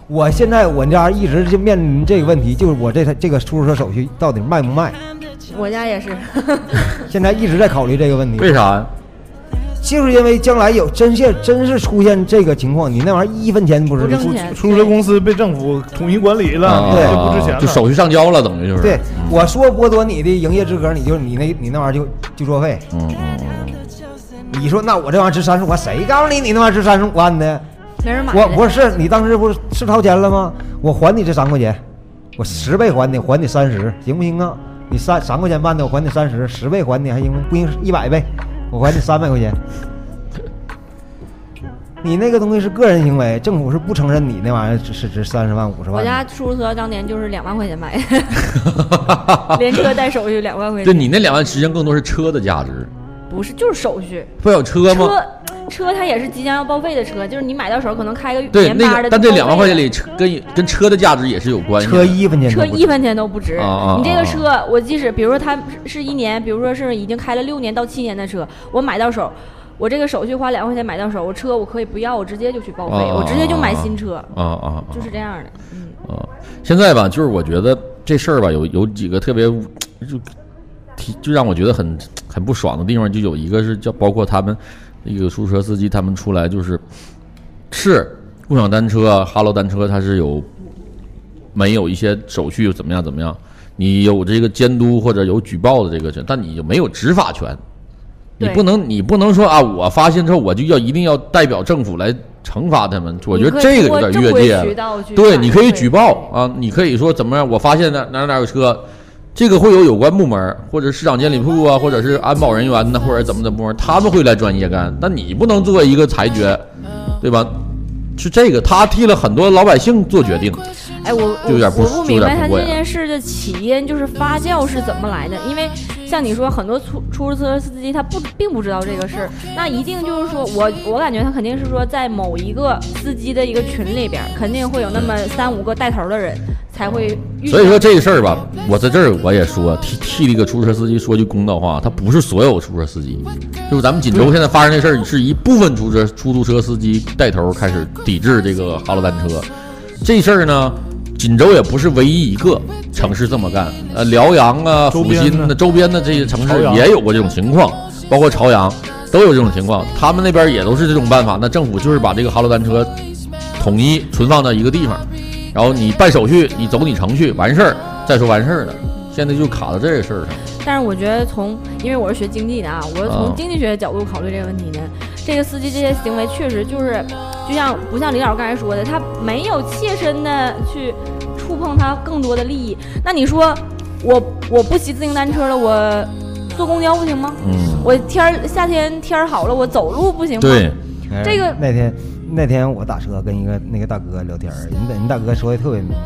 我现在我家一直就面临这个问题，就是我这台这个出租车手续到底卖不卖？
我家 也是，
现在一直在考虑这个问题，
为啥呀？
就是因为将来有真现真是出现这个情况，你那玩意儿一分钱不值
不，挣
出
钱对
出租车公司被政府统一管理了，
啊
你
对
就不值钱了，
就手续上交了，等于就是。
对，我说剥夺你的营业资格，你就你那你那玩意儿就就作废。
嗯嗯嗯
你说那我这玩意儿值三十五万，谁告诉你你那玩意儿值三十五万的？
没人买。
我不是你当时不是是掏钱了吗？我还你这三块钱，我十倍还你，还你三十，行不行啊？你三三块钱办的，我还你三十，十倍还你还行吗？不行，一百倍，我还你三百块钱。你那个东西是个人行为，政府是不承认你那玩意儿只是值三十万、五十
我
万的。
家出租车当年就是两万块钱买 的，连车带手续两万块
嗯，就
钱，
你那两万实际上更多是车的价值，
不是就是手续。
不有车吗？
车车它也是即将要报废的车，就是你买到手可能开个
对，
年
那
八
个
的就报废了，啊
但这两万块钱里车跟跟车的价值也是有关系的。
车一分钱都
车
不值，
一分钱都不值
啊啊啊。
你这个车，我即使比如说它是是一年，比如说是已经开了六年到七年的车，我买到手，我这个手续花两块钱买到手，我车我可以不要，我直接就去报废，
啊
我直接就买新车，
啊啊啊！
就是这样的。嗯，
啊，现在吧，就是我觉得这事儿吧，有有几个特别就提就让我觉得很很不爽的地方，就有一个是叫包括他们那个出租车司机他们出来就是是共享单车、啊哈罗单车，它是有没有一些手续怎么样怎么样，你有这个监督或者有举报的这个权，但你就没有执法权。你
对
不能，你不能说啊！我发现之后，我就要一定要代表政府来惩罚他们。我觉得这个有点越界了。对，你可以举报啊，你可以说怎么样？我发现哪哪哪有车，这个会有有关部门儿或者市场监理部啊，或者是安保人员呐，或者怎么怎么部门，他们会来专业干。但你不能做一个裁决，对吧？是这个，他替了很多老百姓做决定。
哎，我
就有点不
我不明白他
就有点不会
这
啊
件事的起因，就是发酵是怎么来的？因为像你说，很多出出租车司机他不并不知道这个事儿，那一定就是说我我感觉他肯定是说在某一个司机的一个群里边儿，肯定会有那么三五个带头的人才会遇到。
所以说这事儿吧，我在这儿我也说替替这个出租车司机说句公道话，他不是所有出租车司机，就是咱们锦州现在发生这事儿，是一部分出租车出租车司机带头开始抵制这个哈罗单车。这事儿呢，锦州也不是唯一一个城市这么干，呃，辽阳啊、
周
阜
边的
新呐、周边的这些城
朝
市
阳
也有过这种情况，包括朝阳都有这种情况，他们那边也都是这种办法。那政府就是把这个哈罗单车统一存放到一个地方，然后你办手续，你走你程序，完事儿再说完事儿了。现在就卡到这个事儿上，
但是我觉得从，因为我是学经济的啊，我是
啊
从经济学角度考虑这个问题呢，这个司机这些行为确实就是，就像不像李老师刚才说的，他没有切身的去触碰他更多的利益。那你说，我我不骑自行单车了，我坐公交不行吗？
嗯，
我天儿夏天天儿好了，我走路不行吗？
对，
哎
这个
那天那天我打车跟一个那个大哥聊天儿，人家人大哥说的特别明白，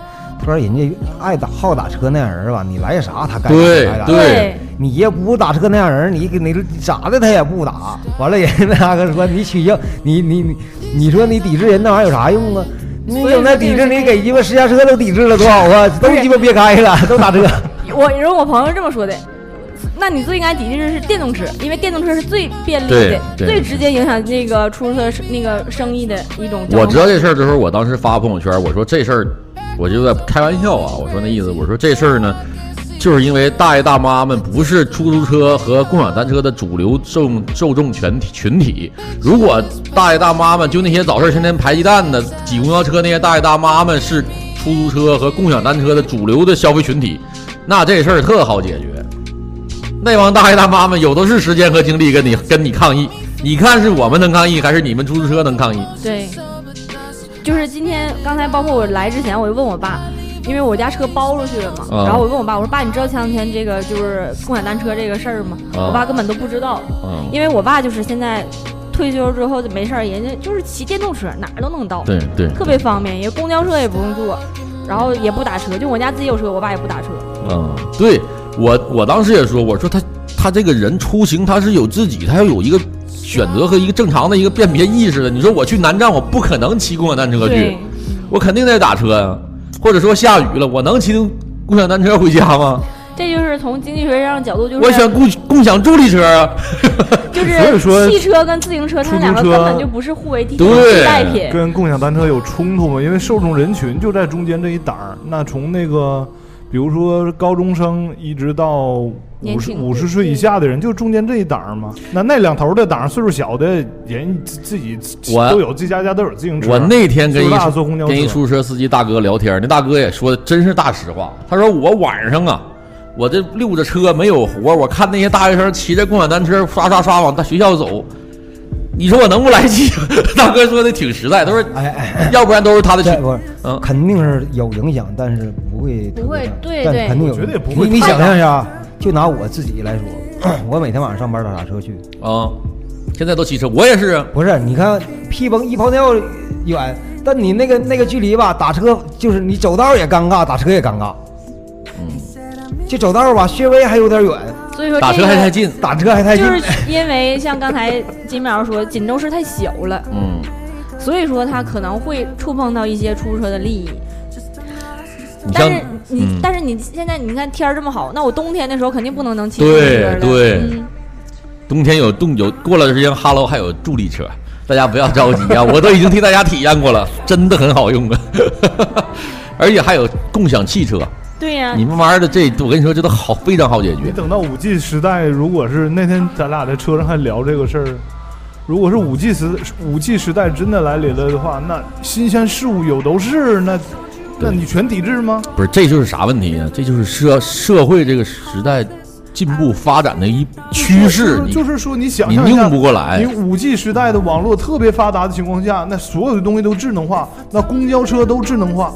他说人家爱打好打车那样人吧，你来啥他干啥
对
来啥
对
你也不打车那样人，你给你咋的他也不打。完了人家那大哥说你取消你你你你说你抵制人那玩意儿有啥用啊？你
所以
有那
说
抵
这
制
个
你
是
给鸡巴私家车都抵制了多好啊，都
不是
鸡巴别开了，都打车。
我，然后我朋友这么说的，那你最应该抵制的是电动车，因为电动车是最便利
对
的、
对
最直接影响那个出租车生那个生意的一种交通。
我知道这事儿的时候，我当时发朋友圈，我说这事儿，我就在开玩笑啊，我说那意思，我说这事儿呢，就是因为大爷大妈们不是出租车和共享单车的主流受受众群体群体。如果大爷大妈们就那些早市天天排鸡蛋的挤公交车那些大爷大妈们是出租车和共享单车的主流的消费群体，那这事儿特好解决。那帮大爷大妈们有的是时间和精力跟你跟你抗议，你看是我们能抗议，还是你们出租车能抗议？
对，就是今天刚才包括我来之前，我就问我爸，因为我家车包出去了嘛，
啊
然后我问我爸，我说爸，你知道前两天这个就是共享单车这个事儿吗？
啊
我爸根本都不知道，
嗯，
因为我爸就是现在退休之后就没事儿，人家就是骑电动车哪儿都能到，
对对，
特别方便，也公交车也不用坐，然后也不打车，就我家自己有车，我爸也不打车。
嗯，对我我当时也说，我说他他这个人出行他是有自己，他要有一个选择和一个正常的一个辨别意识的。你说我去南站，我不可能骑共享单车去
对，，
我肯定得打车呀、或者说下雨了，我能骑共享单车回家吗？
这就是从经济学上角度，就
我选
是
共共享助力车啊。
就
所以说
是汽车跟自行车，它
出租
两个
车
根本就不是互为替
对
替代品。
跟共享单车有冲突吗？因为受众人群就在中间这一档儿。那从那个，比如说高中生一直到五
年
十
轻
五十岁以下的人，就中间这一档儿嘛。那那两头儿的档儿，岁数小的人自自己
我
都有，自己家家都有自行车。
我那天跟一
最大的坐公交车
跟一出租车司机大哥聊天，那大哥也说的真是大实话。他说我晚上啊，我这溜着车没有活，我看那些大学生骑着共享单车刷刷刷往大学校走，你说我能不来气？ 大哥说的挺实在，他说
哎哎，
要不然都是他的群
这不是，
嗯
肯定是有影响，但是不会特别大
不会对
但
对
肯定有
我觉得也不
影响
会
你你
太
想
大
象一下啊，就拿我自己来说， 我每天晚上上班打啥车去？
啊、现在都骑车，我也是啊，
不是，你看屁崩一泡尿远，但你那个那个距离吧，打车就是你走道也尴尬，打车也尴尬。就走道吧，稍微还有点远，
所以说
嗯打
这
车还太
个
近，
打车还太
就
哎
近。
是因为像刚才金苗说，锦州市太小了，
嗯，
所以说它可能会触碰到一些出租车的利益。
你像
但是你，
嗯
但是你现在你看天儿这么好，那我冬天的时候肯定不能能骑自行车
对
了。
对。
嗯，
冬天有动有过了时间哈喽还有助力车，大家不要着急啊，我都已经替大家体验过了， 真的很好用啊， 而且还有共享汽车，
对呀、
你慢慢的这我跟你说这都好非常好解
你
决，
等到五 G 时代，如果是那天咱俩在车上还聊这个事儿，如果是五 G 时五 G 时代真的来临了的话，那新鲜事物有都是，那那你全抵制吗？
不是这就是啥问题呢？这就是社社会这个时代进步发展的一趋势，
就是
你
就是说你想
你
象一下
拧不。过来
你，五 G 时代的网络特别发达的情况下，那所有的东西都智能化，那公交车都智能化，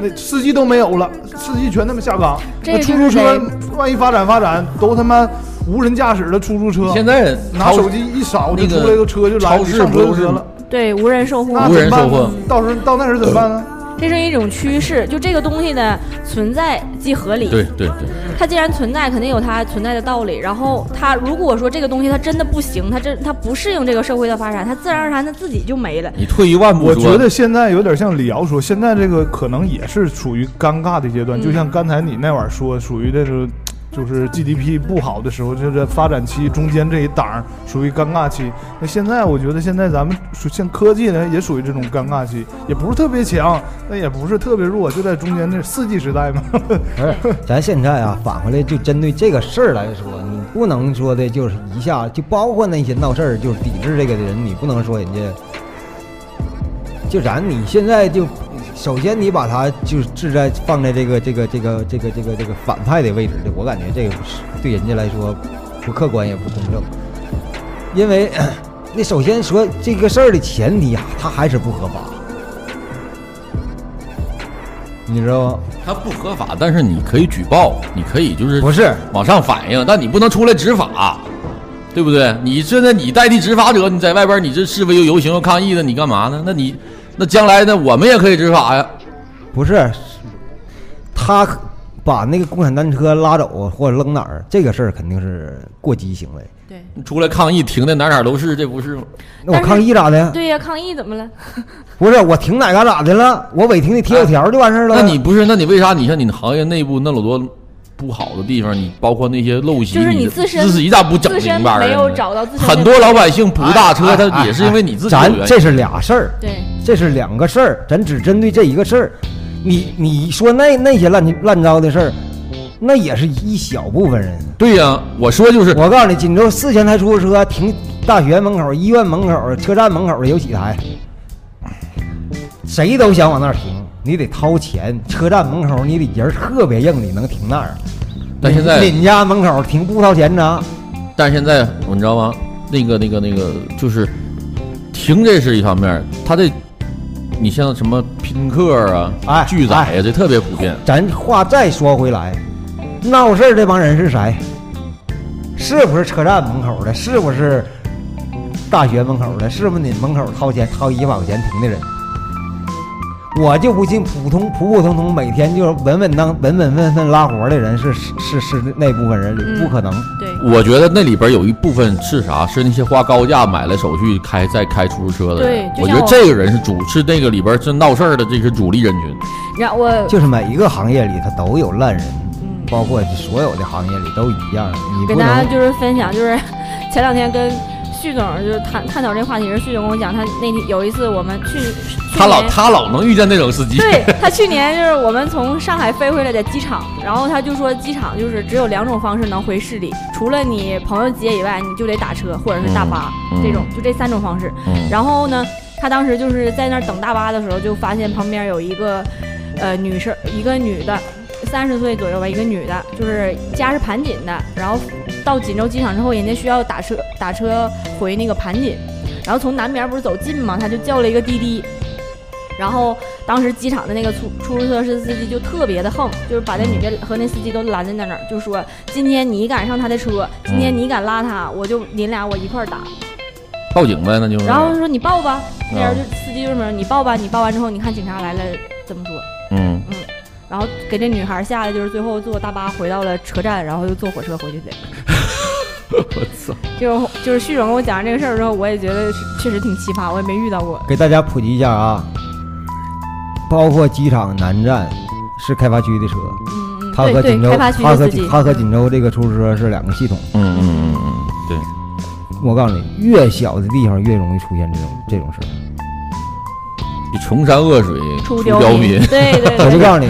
那司机都没有了，司机全他妈下岗。
这
那
个
出
就是
租车万一发展发展，都他妈无人驾驶的出租车。
现在
拿
超
手机一扫就
那
出来个车就来，
超
你
市
上
不
车
都
就是得了。
对，无人售货
那
无人
怎么办
售货呃
呢到时候到那时候怎么办呢？
这是一种趋势，就这个东西的存在即合理。
对对对，
它既然存在，肯定有它存在的道理。然后它如果说这个东西它真的不行，它真它不适应这个社会的发展，它自然而然它自己就没了。
你退一万步
我
说，
觉得现在有点像李瑶说，现在这个可能也是处于尴尬的阶段，
嗯
就像刚才你那会儿说，属于这是就是 GDP 不好的时候，就是发展期中间这一档儿属于尴尬期。那现在我觉得现在咱们属像科技呢，也属于这种尴尬期，也不是特别强，那也不是特别弱，就在中间那四 G 时代嘛。
不是，咱现在啊，返回来就针对这个事儿来说，你不能说的就是一下就包括那些闹事儿就是抵制这个的人，你不能说人家，就咱你现在就，首先你把他就是置在放在这个这个这个这个这个这个反派的位置的，我感觉这个是对人家来说不客观也不公正，因为 那首先说这个事儿的前提啊，他还是不合法，你知道吗？
它不合法，但是你可以举报，你可以就是
不是。
往上反映，但你不能出来执法，对不对？你现在你代替执法者，你在外边你这示威又游行又抗议的，你干嘛呢？那你那将来呢？我们也可以啊执法呀。
不是，是他把那个共享单车拉走或者扔哪儿，这个事儿肯定是过激行为。
对
出来抗议，停的哪哪都是，这不是吗？
那我
但是
抗议咋的？
对呀、抗议怎么了？
不是我停哪嘎咋的了？我违停你贴有条就完事儿了。
那你不是？那你为啥你像你行业内部那老多不好的地方，你包括那些陋习，
就是
你
你
的
自身
自己咋不整
自身
明白儿啊？
没有找到自身的
很多老百姓不大车，
哎
他也是因为你自己
咱
有原因
这是俩事儿，
对，
这是两个事儿，咱只针对这一个事儿。你你说那那些乱七乱糟的事儿，那也是一小部分人。
对呀、我说 就是
我告诉你，锦州四千台出租车停大学门口、医院门口、车站门口有几台？谁都想往那儿停，你得掏钱。车站门口你得人儿特别硬，你能停那儿？
但现在
你你家门口停不掏钱呢？
但是现在你知道吗？那个、那个、那个，就是停这是一方面，他这你像什么拼客啊、
哎
拒载呀、
哎
这特别普遍。
咱话再说回来，闹事儿这帮人是谁？是不是车站门口的？是不是大学门口的？是不是你门口掏钱掏一百块钱停的人？我就不信普通普普通通每天就是稳稳当稳稳分分拉活的人是是是是那部分人里，
嗯
不可能。
对，
我觉得那里边有一部分是啥？是那些花高价买了手续开再开出租车的人。
对
我
就
觉
像我
得这个人是主，是那个里边是闹事儿的这个主力人群。
然后我
就是每一个行业里，他都有烂人，
嗯
包括所有的行业里都一样。你
给
不
大家
能
就是分享，就是 前两天跟旭总就是探探讨这话题时，旭总跟我讲，他那天有一次我们去，去
他老
年
他老能遇见那种司机。
对他去年就是我们从上海飞回来的机场，然后他就说机场就是只有两种方式能回市里，除了你朋友接以外，你就得打车或者是大巴、
嗯嗯
这种，就这三种方式。
嗯
然后呢，他当时就是在那儿等大巴的时候，就发现旁边有一个呃女生，一个女的。三十岁左右吧，一个女的，就是家是盘锦的，然后到锦州机场之后，人家需要打车打车回那个盘锦，然后从南边不是走近嘛，他就叫了一个滴滴，然后当时机场的那个出出租车司机就特别的横，就是把那女的和那司机都拦在那儿，就说今天你敢上他的车，今天你敢拉他，我就你俩我一块儿打。
报警呗，那就是。
然后说你报吧，那人就司机就说你报吧，你报完之后你看警察来了怎么说。
嗯，
然后给这女孩吓得，就是最后坐大巴回到了车站，然后又坐火车回去的。
我操，
就是就是旭总跟我讲完这个事儿之后，我也觉得是确实挺奇葩，我也没遇到过。
给大家普及一下啊，包括机场南站是开发区的车，
嗯嗯，
它和
对
锦
对，
州、
开发区
它
的
和
司机
锦，它和锦州这个出租车是两个系统。
嗯嗯嗯嗯，对，
我告诉你，越小的地方越容易出现这种这种事儿。
比穷山恶水
出
刁
刁
民。
对对
我就
对，
告诉你，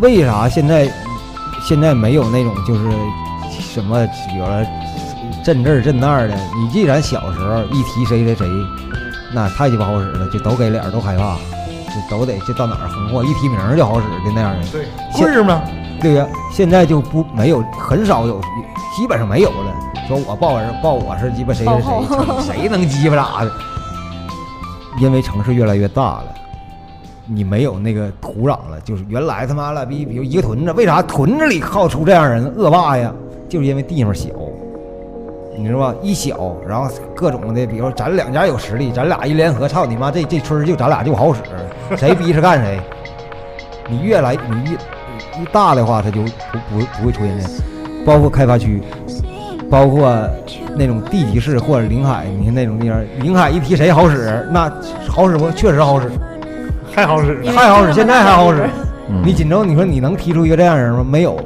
为啥现在现在没有那种就是什么，比如说镇这儿镇那儿的？你既然小时候一提谁谁谁，那太鸡巴好使了，就都给脸儿都害怕，就都得就到哪儿横祸，一提名儿就好使的那样人。
对，棍儿吗？
对呀，现在就不没有，很少有，基本上没有了。说我报人报我是鸡巴谁谁谁，谁能鸡巴咋的？因为城市越来越大了，你没有那个土壤了，就是原来他妈了逼，比如一个屯子，为啥屯子里好出这样人恶霸呀？就是因为地方小，你知道吧？一小，然后各种的，比如咱两家有实力，咱俩一联合，操你妈，这这村儿就咱俩就好使，谁逼是干谁。你越来你越一大的话，它就不不不会出现这样，包括开发区，包括那种地级市或者临海，你看那种地方，临海一提谁好使，那好使不？确实好使，
太好使了，
因为
还好使，
这个
现在还好使。
嗯
你锦州，你说你能提出一个这样人吗？没有，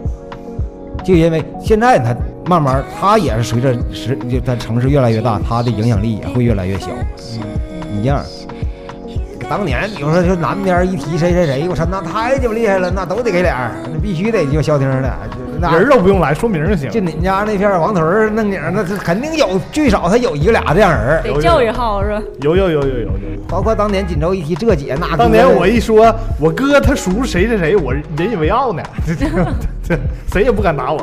就因为现在他慢慢，他也是随着时，就他城市越来越大，他的影响力也会越来越小，一样。当年你说就南边一提谁谁谁，我操，那太鸡巴厉害了，那都得给脸儿，那必须得就消停的，就那
人儿都不用来，说名儿就
就
行。
你们家那片儿王屯儿弄景儿，那是肯定有，最少他有一个俩这样人儿。
得教育号是吧？
有有有有有有。
包括当年锦州一提这姐那哥的，
当年我一说我哥他叔谁谁谁，我引以为傲呢， 这这这谁也不敢打我。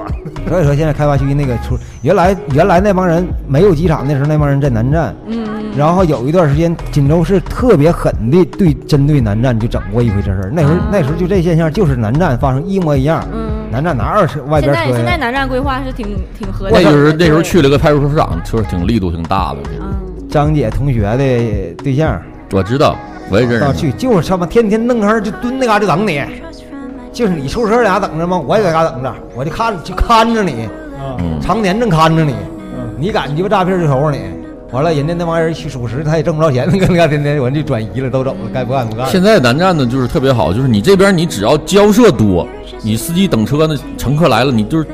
所以说现在开发区那个出，原来原来那帮人没有机场的时候，那帮人在南站，
嗯，
然后有一段时间锦州市特别狠的对针对南站就整过一回这事儿。那时候、
啊
那时候就这现象就是南站发生一模一样，
嗯
南站拿二十外
现
边
在
车
现在
呀，
南站规划是挺挺合理
那
的，
就是那
对
时候去了个派出所长，就是挺力度挺大的。
嗯，
张姐同学的对象
我知道，我也认
到
识。
啊去就是他妈天天弄坑就蹲那嘎就等你，就是你出租车俩等着吗？我也在嘎等着，我就看就看着你，
啊，
嗯，
常年正看着你，
嗯
你敢鸡巴诈骗就瞅着你，完了，人家那帮人去属实，他也挣不着钱， 跟那嘎天天完就转移了，都走了，该不干不干了。
现在南站呢，就是特别好，就是你这边你只要交涉多，你司机等车呢，乘客来了，你就是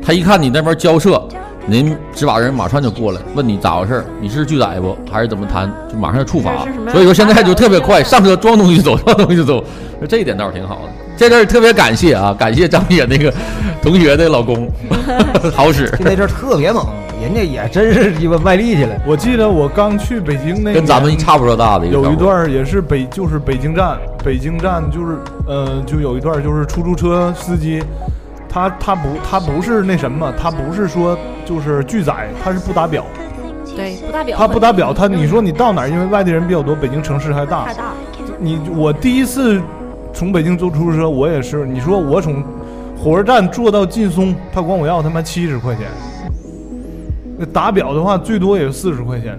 他一看你那边交涉，您执法人马上就过来问你咋回事儿，你是拒载不还是怎么谈，就马上就处罚
是是什么。样
所以说现在就特别快，上车装东西走，装东西走，这一点倒是挺好的。在这儿特别感谢啊，感谢张野那个同学的老公， 好使，
就那阵儿特别猛，人家也真是鸡巴卖力气了。
我记得我刚去北京那
跟咱们
年
差不多大的一个
有
岗
一
位。
段儿也是北，就是北京站，北京站就是，呃，就有一段儿就是出租车司机，他他不他不是那什么，他不是说就是拒载，他是不打表，
对，不大表
他不打表，他你说你到哪儿，因为外地人比较多，北京城市还大
太，大了，
你我第一次从北京坐出租车，我也是，你说我从火车站坐到劲松，他管我要他妈七十块钱，那打表的话最多也就四十块钱，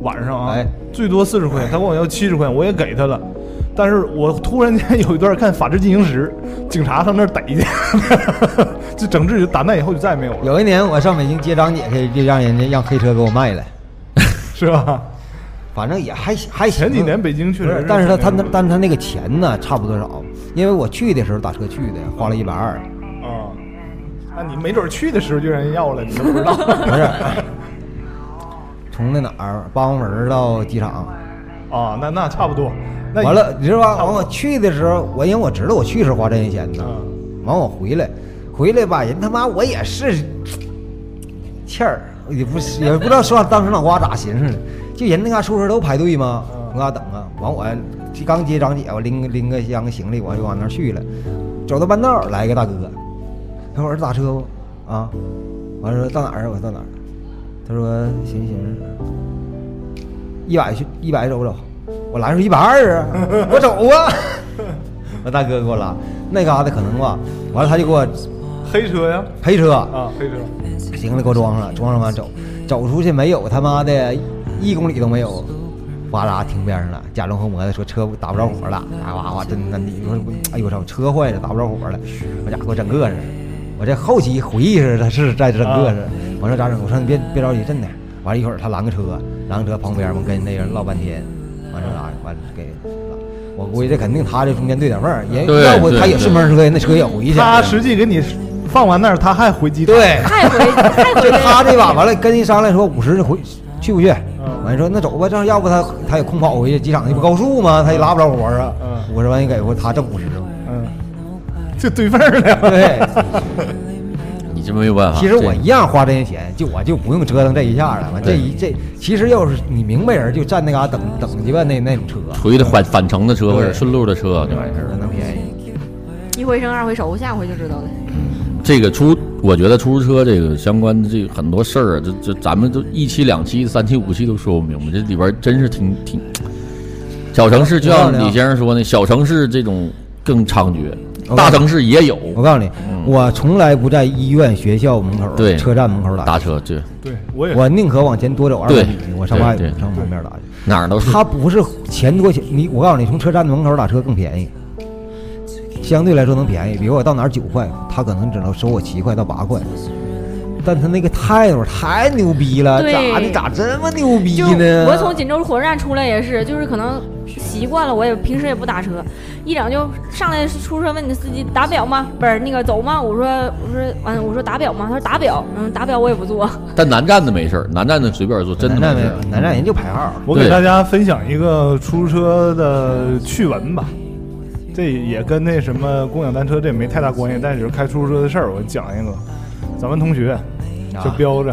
晚上啊，
哎
最多四十块钱，他管我要七十块钱，我也给他了。但是我突然间 有一段看《法制进行时》，警察上那儿逮去， 就整治就打那以后就再也没有了，
有一年我上北京接张姐去，就让人家让黑车给我卖了，
是吧？
反正也还还行。
前几年北京确
不
实
是
是，
但是他
挺那什
他
么
那但是他那个钱呢，差不多少？因为我去的时候打车去的，花了一 百二，
啊，那你没准儿去的时候就让人要了，你都不知 道。
不是，从那哪儿八王门到机场，
啊，那那差不多。那
完了，你知道吧？
差不
完
多
我去的时候，我因为我知道我去是花这些钱的，
嗯
完我回来，回来吧，人他妈我也是气儿，也不是也不知道说当时脑瓜咋寻思的，就人那嘎出租车都排队嘛，
嗯
我嘎等啊，完我刚接张姐，我拎拎个箱行李，我就往那儿去了，走到半道儿来一个大哥，他说儿子打车不？啊，完了说到哪儿啊？我说到哪儿？他说行行。一百去一百走不走？我来时候一百二啊，我走啊！ 我大哥给我拉那嘎达可能吧，完了他就给我
黑车呀，
赔车，
啊，黑车，
行了，给我装上，装上完走，走出去没有他妈的一公里都没有，哇啦停边上了，假装和摩托说车打不着火了，啊哇哇，真的，你说哎呦我操，车坏了打不着火了，我家给我整个是，我这后期回忆是他是在整个是，我说咋整？我说你别别着急，真的，完了一会儿他拦个车，拦个车旁边我跟那人唠半天，完了啥完了给。我估计这肯定他这中间对点缝儿，人
对
要不
对
他也顺风车，那车也回去了。
他实际给你放完那儿，他还回机场。
对，
太回太回
就
来
他
了。
这把完了，跟人商量说五十回去不去？
嗯
完说那走吧，这样要不他他也空跑回去，机场那不高速吗？他也拉不着活儿啊
嗯。
五十万一给回他挣五十，
嗯，就对缝儿了。
对。
你这没有办法。
其实我
这
一样花这些钱，就我就不用折腾这一下了。完这一这，其实要是你明白人，就站那嘎等等去吧，那那种车
回的返返程的车或者
对
顺路的车就完事儿嗯了。
能便宜。
一回生二回熟，下回就知道了。
这个出，我觉得出租车这个相关的这很多事儿啊，这这咱们都一期、两期、三期、五期都说不明白，这里边真是挺挺。小城市就像李先生说的，小城市这种更猖獗，
我告诉你
大城市也有
我告诉你，我从来不在医院、学校门口、
嗯对
车站门口
打
打，
车，这
对，我也是
我宁可往前多走二百
对
米，我上外
对对
上旁边打去。
哪儿都是。
他不是钱多钱，你我告诉你，从车站门口打车更便宜，相对来说能便宜。比如我到哪儿九块，他可能只能收我七块到八块，但他那个态度太牛逼了，
对
咋的咋这么牛逼
就是
呢？
我从锦州火车站出来也是，就是可能习惯了，我也平时也不打车，一整就上来出租车问你司机打表吗？不是那个走吗？我说我说完我说打表吗？他说打表，嗯打表我也不做，
但南站的没事儿，南站的随便坐，真的
南站
没事
没有
儿，。
南站人就排号。
我给大家分享一个出租车的趣闻吧，这也跟那什么共享单车这也没太大关系，但是开出租车的事儿我讲一个，咱们同学就彪着，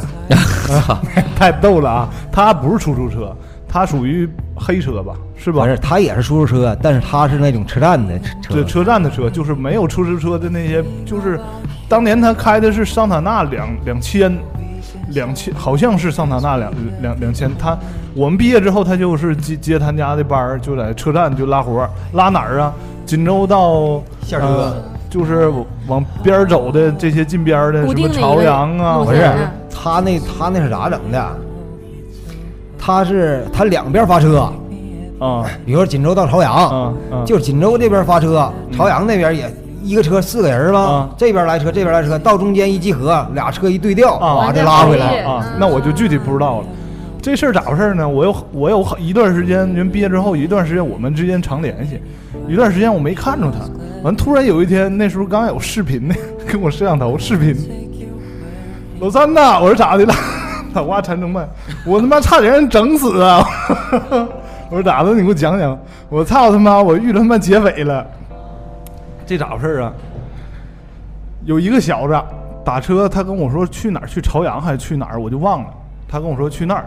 啊太逗了啊！他不是出租车，他属于黑车吧，是吧
完事？儿，他也是出租车，但是他是那种车站的
对
车，
车站的
嗯
车，就是没有出租车的那些，就是当年他开的是桑塔纳两两千，两千好像是桑塔纳两两两千。他我们毕业之后，他就是接接他家的班儿，就在车站就拉活儿，拉哪儿啊？锦州到
下车
呃就是往边儿走的这些近边儿的
固
什
定
么
的一
朝
个
阳啊，
路
不
或
是
者
线啊
他那他那是咋整的？他是他两边发车，
啊
比如说锦州到朝阳，
嗯嗯
就是锦州这边发车，朝阳那边也一个车四个人吗？
嗯
这边来车，这边来车，到中间一集合，俩车一对调，
啊
把这拉回
完再
来。
回去
啊，那我就具体不知道了。这事儿咋回事呢？我有我有一段时间，人毕业之后一段时间我们之间常联系，一段时间我没看着他，完突然有一天，那时候刚有视频呢， 跟我摄像头视频，老三呐，我说咋的了？他挖馋成卖，我他妈差点让人整死啊！ 我说咋的？你给我讲讲。我操他妈！我遇着他妈劫匪了，这咋回事啊？有一个小子打车，他跟我说去哪儿，去朝阳还是去哪儿，我就忘了。他跟我说去那儿，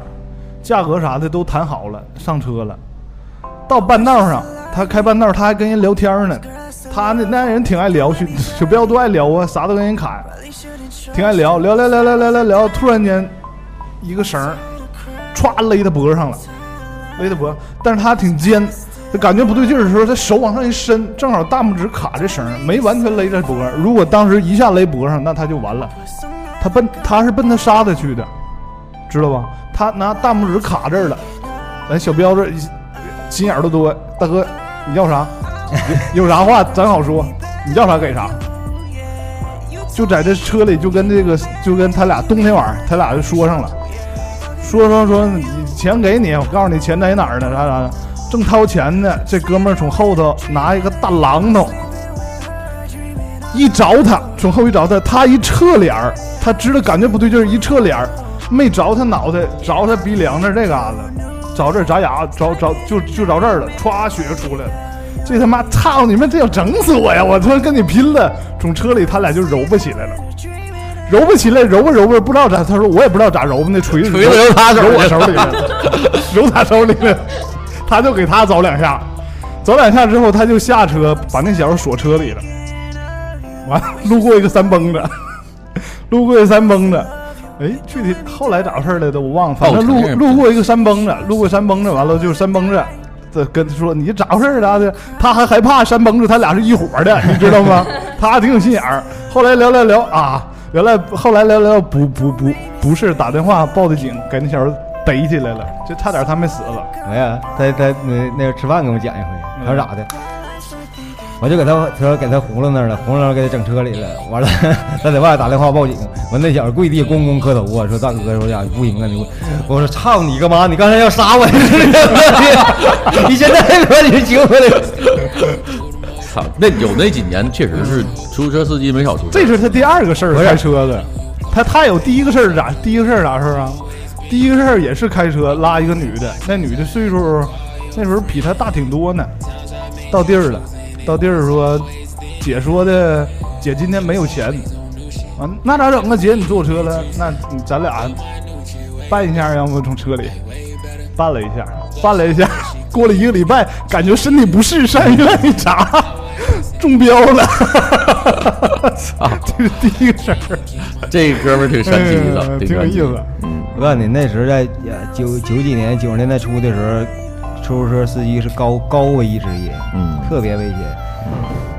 价格啥的都谈好了，上车了。到半道上，他开半道，他还跟人聊天呢。他那那人挺爱聊，去小彪都爱聊啊，啥都跟人侃，挺爱聊。聊聊聊聊聊聊聊，突然间一个绳儿歘勒他脖上了，勒他脖，但是他挺尖。他感觉不对劲儿的时候，他手往上一伸，正好大拇指卡这绳儿，没完全勒着脖儿。如果当时一下勒脖上，那他就完了。他奔他是奔他杀他去的，知道吧？他拿大拇指卡这儿了，哎，小彪子心眼儿都多，大哥，你要啥？有有啥话咱好说，你要啥给啥。就在这车里，就跟这个，就跟他俩冬天晚上，他俩就说上了，说说说，你钱给你，我告诉你钱在哪儿呢，啥啥的。正掏钱呢，这哥们儿从后头拿一个大榔头，一着他，从后一着他，他一侧脸儿，他知道感觉不对劲儿，一侧脸儿，没着他脑袋，着他鼻梁这儿这嘎子，着这儿眨牙，着着就就着这儿了，歘血就出来了。这他妈操你们，这要整死我呀！我他妈跟你拼了！从车里他俩就揉巴起来了，揉巴起来，揉吧揉吧，不知道咋，他说我也不知道咋揉吧，那锤子
锤子揉他手
揉我
里
手
了
里了，揉他手里了。他就给他凿两下，凿两下之后，他就下车把那小子锁车里了。完，路过一个山崩子， 路过一个山崩子，哎，具体后来咋回事来的我忘了，反正
哦
路
这样
路过一个山崩子，路过山崩子，完了就是山崩子。这跟他说你咋回事儿啥的，他还害怕山崩子，他俩是一伙儿的，你知道吗？他还挺有心眼儿。后来聊聊聊啊，原来后来聊聊不不不不是打电话报的警，给那小子逮起来了，就差点他没死了。
哎呀，他他那那个吃饭跟我讲一回，
嗯
他说咋的？我就给他，他说给他糊弄那儿了，糊弄那儿给他整车里了。完了， 他在外打电话报警，完那小子跪地咣咣磕头啊，说大哥，说呀不行啊，你我说操你个妈，你刚才要杀我， 你现在 还把你救回来了。
操，那有那几年确实是出租车司机没少出事儿。
这是他第二个事儿，
不是
开车的。他他有第一个事儿咋？第一个事儿咋事儿啊？第一个事儿也是开车拉一个女的，那女的岁数那时候比他大挺多呢。到地儿了，到地儿说，姐说的，姐今天没有钱，啊，那咋整啊？姐你坐我车了，那你咱俩办一下，要不从车里办了一下，办了一下，过了一个礼拜，感觉身体不适，上医院一查，中标了。
操，
这是第一个事儿，
这哥们儿挺神奇的，
嗯
神奇
挺有意思
的。嗯，
我告诉你，那时候在呃九九几年、九十年代初的时候，出租车司机是高高危职业，
嗯
特别危险。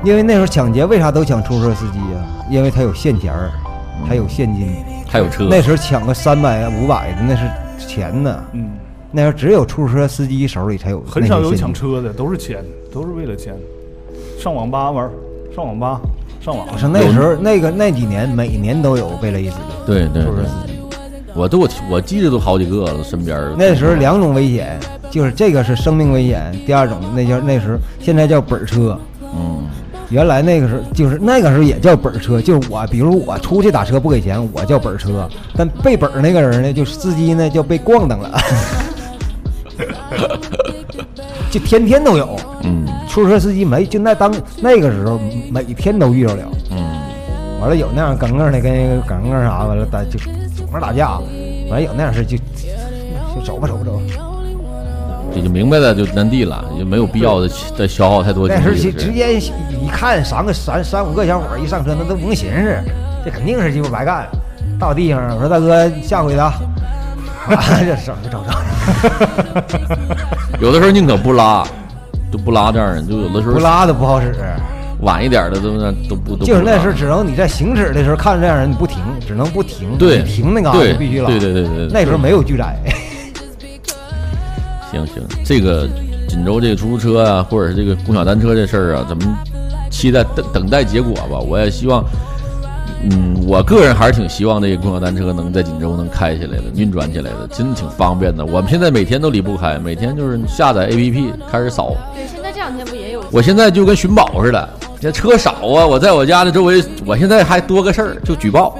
因为那时候抢劫为啥都抢出租车司机啊？因为他有现钱儿，
嗯
他有现金。
还有车，
那时候抢个三百、五百的那是钱呢。
嗯，
那时候只有出租车司机手里才有，
很少有抢。车的，都是钱，都是为了钱。上网吧玩儿，上网吧，上网
我。说那时候那个那几年每年都有被勒死的，
对对
出租车
对
司机。，
我都我我记得都好几个了，身边儿
那时候两种危险，就是这个是生命危险，第二种那叫那时候现在叫本儿车。
嗯，
原来那个时候就是那个时候也叫本儿车，就是我，比如我出去打车不给钱，我叫本儿车，但被本儿那个人呢，就是司机呢，就被咣 当了，就天天都有，
嗯
出租车司机没，就那当那个时候每天都遇着了，
嗯，
完了有那样耿耿的跟耿耿啥完了打就总是打架，完了有那样事就就走吧走吧走吧，
这就明白了，就难地了，也没有必要的再消耗太多精
那
力
时
了。
候就是直接一看三个三三五个小伙儿一上车，那都不用寻思，这肯定是鸡巴白干。到地方我说大哥下回的啊， 这走走走，
有的时候宁可不拉，就不拉这样人，就有的时候
不拉都不好使。晚
晚一点的都那都不都不
就是那时候，
拉
只能你在行驶的时候看着这样人，你不停，只能不停，
对
你停那嘎
对
达必须拉。
对对对对对
那时候没有拒载，
行行，这个锦州这个出租车啊，或者是这个共享单车这事儿啊，咱们期待等等待结果吧。我也希望嗯，我个人还是挺希望这个共享单车能在锦州能开起来的，运转起来的，真的挺方便的。我们现在每天都离不开，每天就是你下载 APP 开始扫。
对，现在这两天不也有？
我现在就跟寻宝似的，这车少啊，我在我家的周围，我现在还多个事儿，就举报。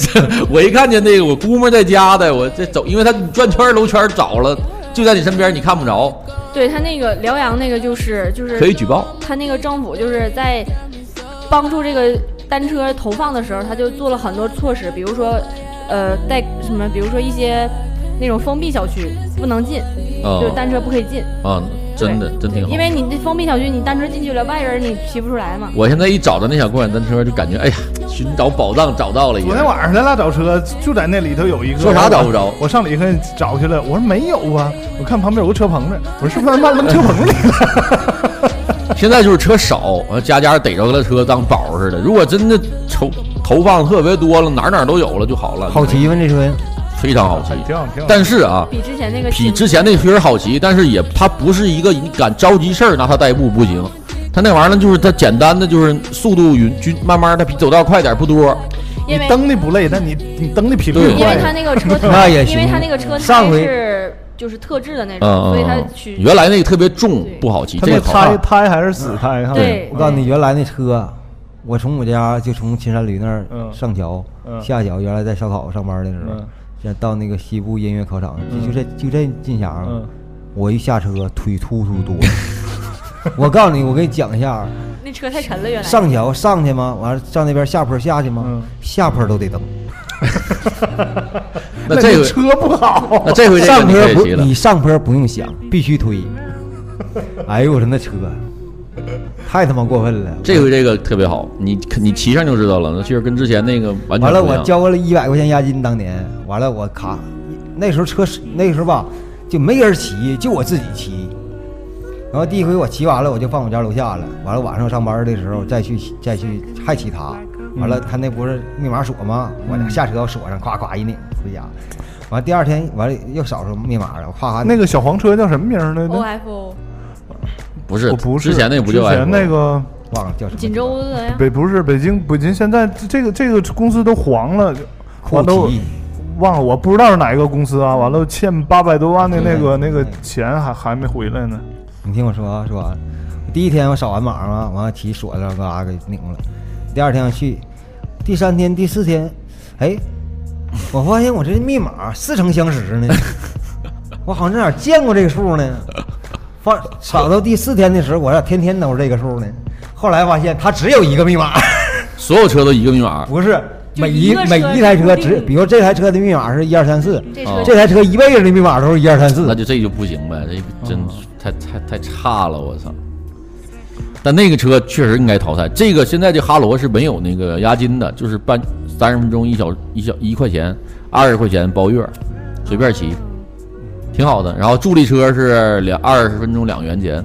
我一看见那个我姑妈在家的，我这走，因为她转圈儿楼圈儿找了，就在你身边，你看不着，
对他那个辽阳那个就是就是
可以举报。
他那个政府就是在帮助这个单车投放的时候，他就做了很多措施，比如说，呃，带什么，比如说一些那种封闭小区不能进，
啊
就是单车不可以进，
啊，真的真挺好
因。为你这封闭小区，你单车进去了，外人你骑不出来嘛。
我现在一找到那小共享单车，就感觉哎呀，寻找宝藏找到了一
昨天
样。
晚上咱俩找车，就在那里头有一个。
说啥找不着
我上里头找去了，我说没有啊，我看旁边有个车棚子，我说是不是卖扔车棚里了？
现在就是车少，完家家逮着了车当宝似的。如果真的投投放特别多了，哪儿哪儿都有了就好了。
好，骑吗？这车？
非常好骑。
哎挺好，挺好。
但是啊，
比之前那个
比
轻
之前那确实好骑，但是也它不是一个你敢着急事儿拿它代步不行。它那玩意儿呢，就是它简单的就是速度匀均，慢慢的比走道快点儿不多。
因为
你蹬的不累，但你你蹬的频率
对
因为
快
他
呀。
那个车
那也
因为
行
他那个车
上
胎
回
是就是特制的那种，
嗯
所以
嗯
他
嗯，
取
原来那个特别重
对，
不好骑，
他
这
那
个好啊
胎
看。
胎还是死胎哈？
对
啊我告诉你，原来那车，啊我从我家就从秦山驴那儿
嗯
上桥、
嗯
下桥，原来在烧烤上班的时候，
嗯
现在到那个西部音乐考场，就就在就在进霞了
嗯
我一下车腿突突多。 我告诉你，我给你讲一下啊，
那车太沉了，原来
上桥上去吗？完了上那边下坡下去吗？
嗯
下坡都得蹬，
那
你
这回
车不好，
那 这回这个
上
你可
坡
以
不
骑了
你。上坡不用想，必 须推。哎呦我说那车太他妈过分了！
这回这个特别好，你你骑上就知道了。那其实跟之前那个完全不一
完了，
样
我交了一百块钱押金，当年完了我卡，那时候车是那时候吧就没人骑，就我自己骑。然后第一回我骑完了，我就放我家楼下了。完了晚上上班的时候再去再去还骑它。
嗯
完了他那不是密码锁吗？我俩下车我锁上，咵咵一拧回家。完了第二天完了又扫出密码了，我咵咵
那个小黄车叫什么名儿来
O
着？
F O
不是
我不是，
之前那不就
之前那个
忘了叫什么。
锦州的呀，
北不是北京北京现在这个这个公司都黄了，
酷
完都
骑，
忘了，我不知道是哪一个公司
嗯
啊。完了欠八百多万的那个那个钱还还没回来呢。
你听我说啊，说完，第一天我扫完码嘛，完了骑锁上嘎给拧了。第二天我去，第三天、第四天，哎，我发现我这密码似曾相 识呢，我好像在哪儿见过这个数呢。发扫到第四天的时候，我咋天天都是这个数呢？后来发现它只有一个密码，
所有车都一个密码，
不是
就
每
一
一
个车
每一台车
固
只，
定
比如这台车的密码是一二三四，
这
哦
车
这台车一辈子的密码都是一二三四
那。就这就不行呗，
啊
这个真太太太差了，我操！但那个车确实应该淘汰。这个现在这哈罗是没有那个押金的，就是半三十分钟一小一小一块钱，二十块钱包月，随便骑，挺好的。然后助力车是两二十分钟两元钱，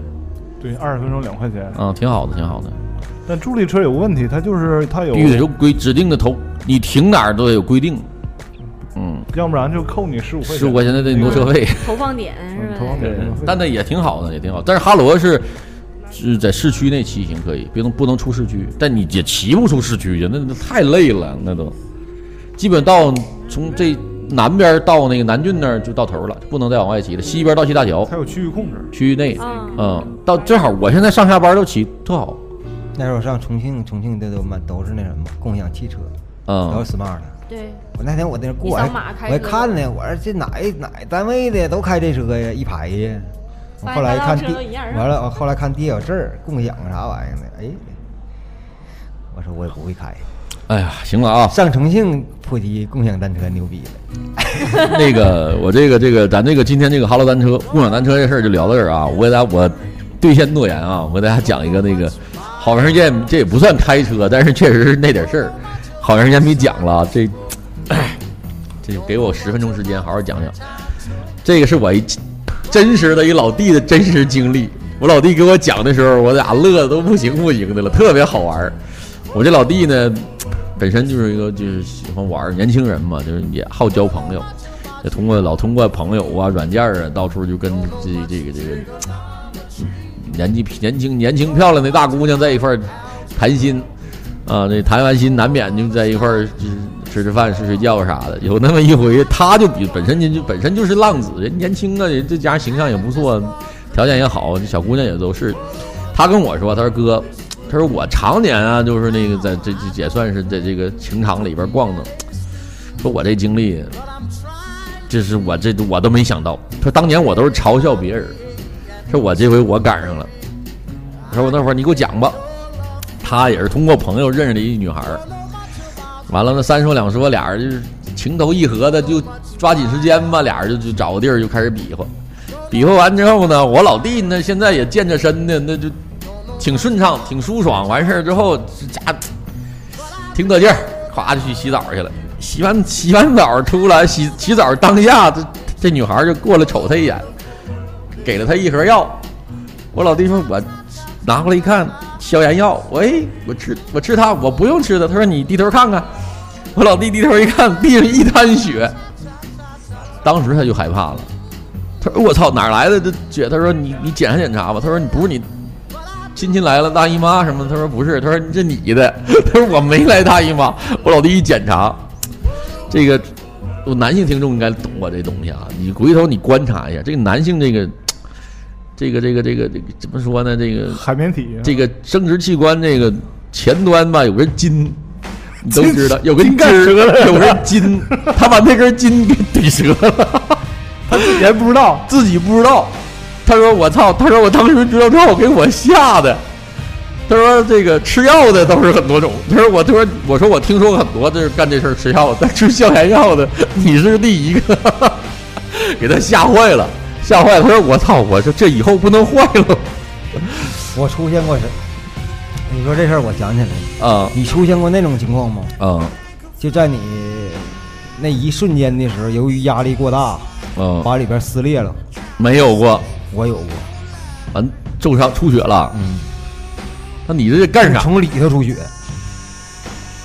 对，二十分钟两块钱。
嗯，挺好的，挺好的。
啊但助力车有问题，它就是它有
必，须得有规指定的投，你停哪儿都得有规定，嗯，
要不然就扣你十五块钱。
十五块钱的这挪车费。
投放点
嗯
是
投
吧
放？点
对，但那也挺好的，也挺好。但是哈罗是是在市区内骑行可以，别能不能出市区，但你也骑不出市区去，那那太累了，那都基本到从这南边到那个南郡那儿就到头了，不能再往外骑了。西边到西大桥
它有区域控制。
区域内，
啊
嗯，到正好我现在上下班都骑特好，
那时候我上重庆，重庆的都满都是那什么共享汽车，都
嗯，
是 smart 的。
对，
我那天我在那过，
一
我
扫码开
还
车
看呢，我说这哪哪单位的都开这车呀，一排呀。我后来看
发现大家
地
车都一样，
完了我哦后来看地有证儿共享啥玩意儿的，哎，我说我也不会开。
哎呀，行了啊，
上重庆普及共享单车牛逼了，
那个我这个这个咱这个今天这个哈罗单车共享单车这事儿就聊到这儿啊，我给大家我兑现诺言啊，我给大家讲一个那个好长时间这也不算开车，但是确实是那点事儿，好长时间没讲了，啊这 唉这给我十分钟时间好好讲讲，这个是我一真实的一老弟的真实经历，我老弟给我讲的时候，我俩乐的都不行不行的了，特别好玩儿。我这老弟呢，本身就是一个就是喜欢玩儿，年轻人嘛，就是也好交朋友，也通过老通过朋友啊、软件儿啊，到处就跟这这个这个年纪年轻年轻漂亮的大姑娘在一块儿谈心，啊，这谈完心难免就在一块儿就是吃吃饭、睡睡觉啥的。有那么一回，他就比本身就本身就是浪子，人年轻啊，人这家形象也不错，条件也好，这小姑娘也都是。他跟我说，他说哥，他说我常年啊，就是那个在这这也算是在这个情场里边逛荡，说我这经历，这是我这我都没想到。说当年我都是嘲笑别人，说我这回我赶上了。他说我那会儿你给我讲吧，他也是通过朋友认识的一女孩儿。完了，那三说两说，俩人就是情投意合的，就抓紧时间吧，俩人就就找个地儿就开始比划。比划完之后呢，我老弟呢现在也健着身呢，那就挺顺畅，挺舒爽。完事儿之后，这家挺得劲儿，咵就去洗澡去了。洗完洗完澡出来，洗洗澡当下，这这女孩儿就过来瞅他一眼，给了他一盒药。我老弟说，我拿过来一看，消炎药。喂，我吃我吃它，我不用吃它。他说你低头看看。我老弟低头一看，地上一滩血，当时他就害怕了。他说我操，哪儿来的这血？他说你你检查检查吧。他说你不是你亲戚来了大姨妈什么的？他说不是，他说这你的。 他说我没来大姨妈。我老弟一检查，这个我男性听众应该懂我这东西啊。你回头你观察一下，这个男性这个这个这个这个这个怎么说呢？这个
海绵体啊，
这个生殖器官这个前端吧，有根筋，你都知道，有根
筋
筋
干
儿
折了
有根 筋，他把那根筋给怼折了，
他自己还不知道，
自己不知道。他说：“我操！”他说：“我当时知道之后，给我吓的。”他说：“这个吃药的倒是很多种。”他说：“我他说我说我听说很多就是干这事儿吃药的，但吃消炎药的你是第一个， 给他吓坏了，吓坏了。”他说：“我操！我说这以后不能坏了
我出现过是，你说这事儿我想起来了，
啊
你出现过那种情况吗？
啊
就在你那一瞬间的时候，由于压力过大，
啊！
把里边撕裂了。
没有过。”
我有过，
完受伤出血了，
嗯，
那你这干啥？
从里头出血，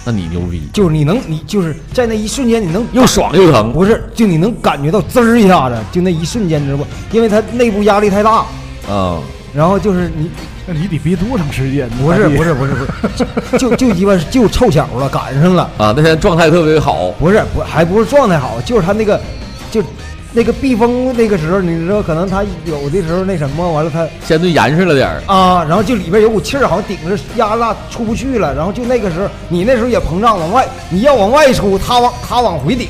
那你牛逼，
就是你能，你就是在那一瞬间，你能
又爽又疼，
不是，就你能感觉到滋儿一下子，就那一瞬间，你知道不？因为它内部压力太大，
啊
然后就是你
那你得憋多长时间？
不是不是不是不是， 就就鸡巴就凑巧了，赶上了，
啊！那天状态特别好，
不是不还不是状态好，就是他那个就那个避风那个时候，你知道可能他有的时候那什么完了他。
相对严实了点儿，
啊，然后就里边有股气儿，好像顶着压拉出不去了。然后就那个时候，你那时候也膨胀，往外你要往外出，他往他往回顶，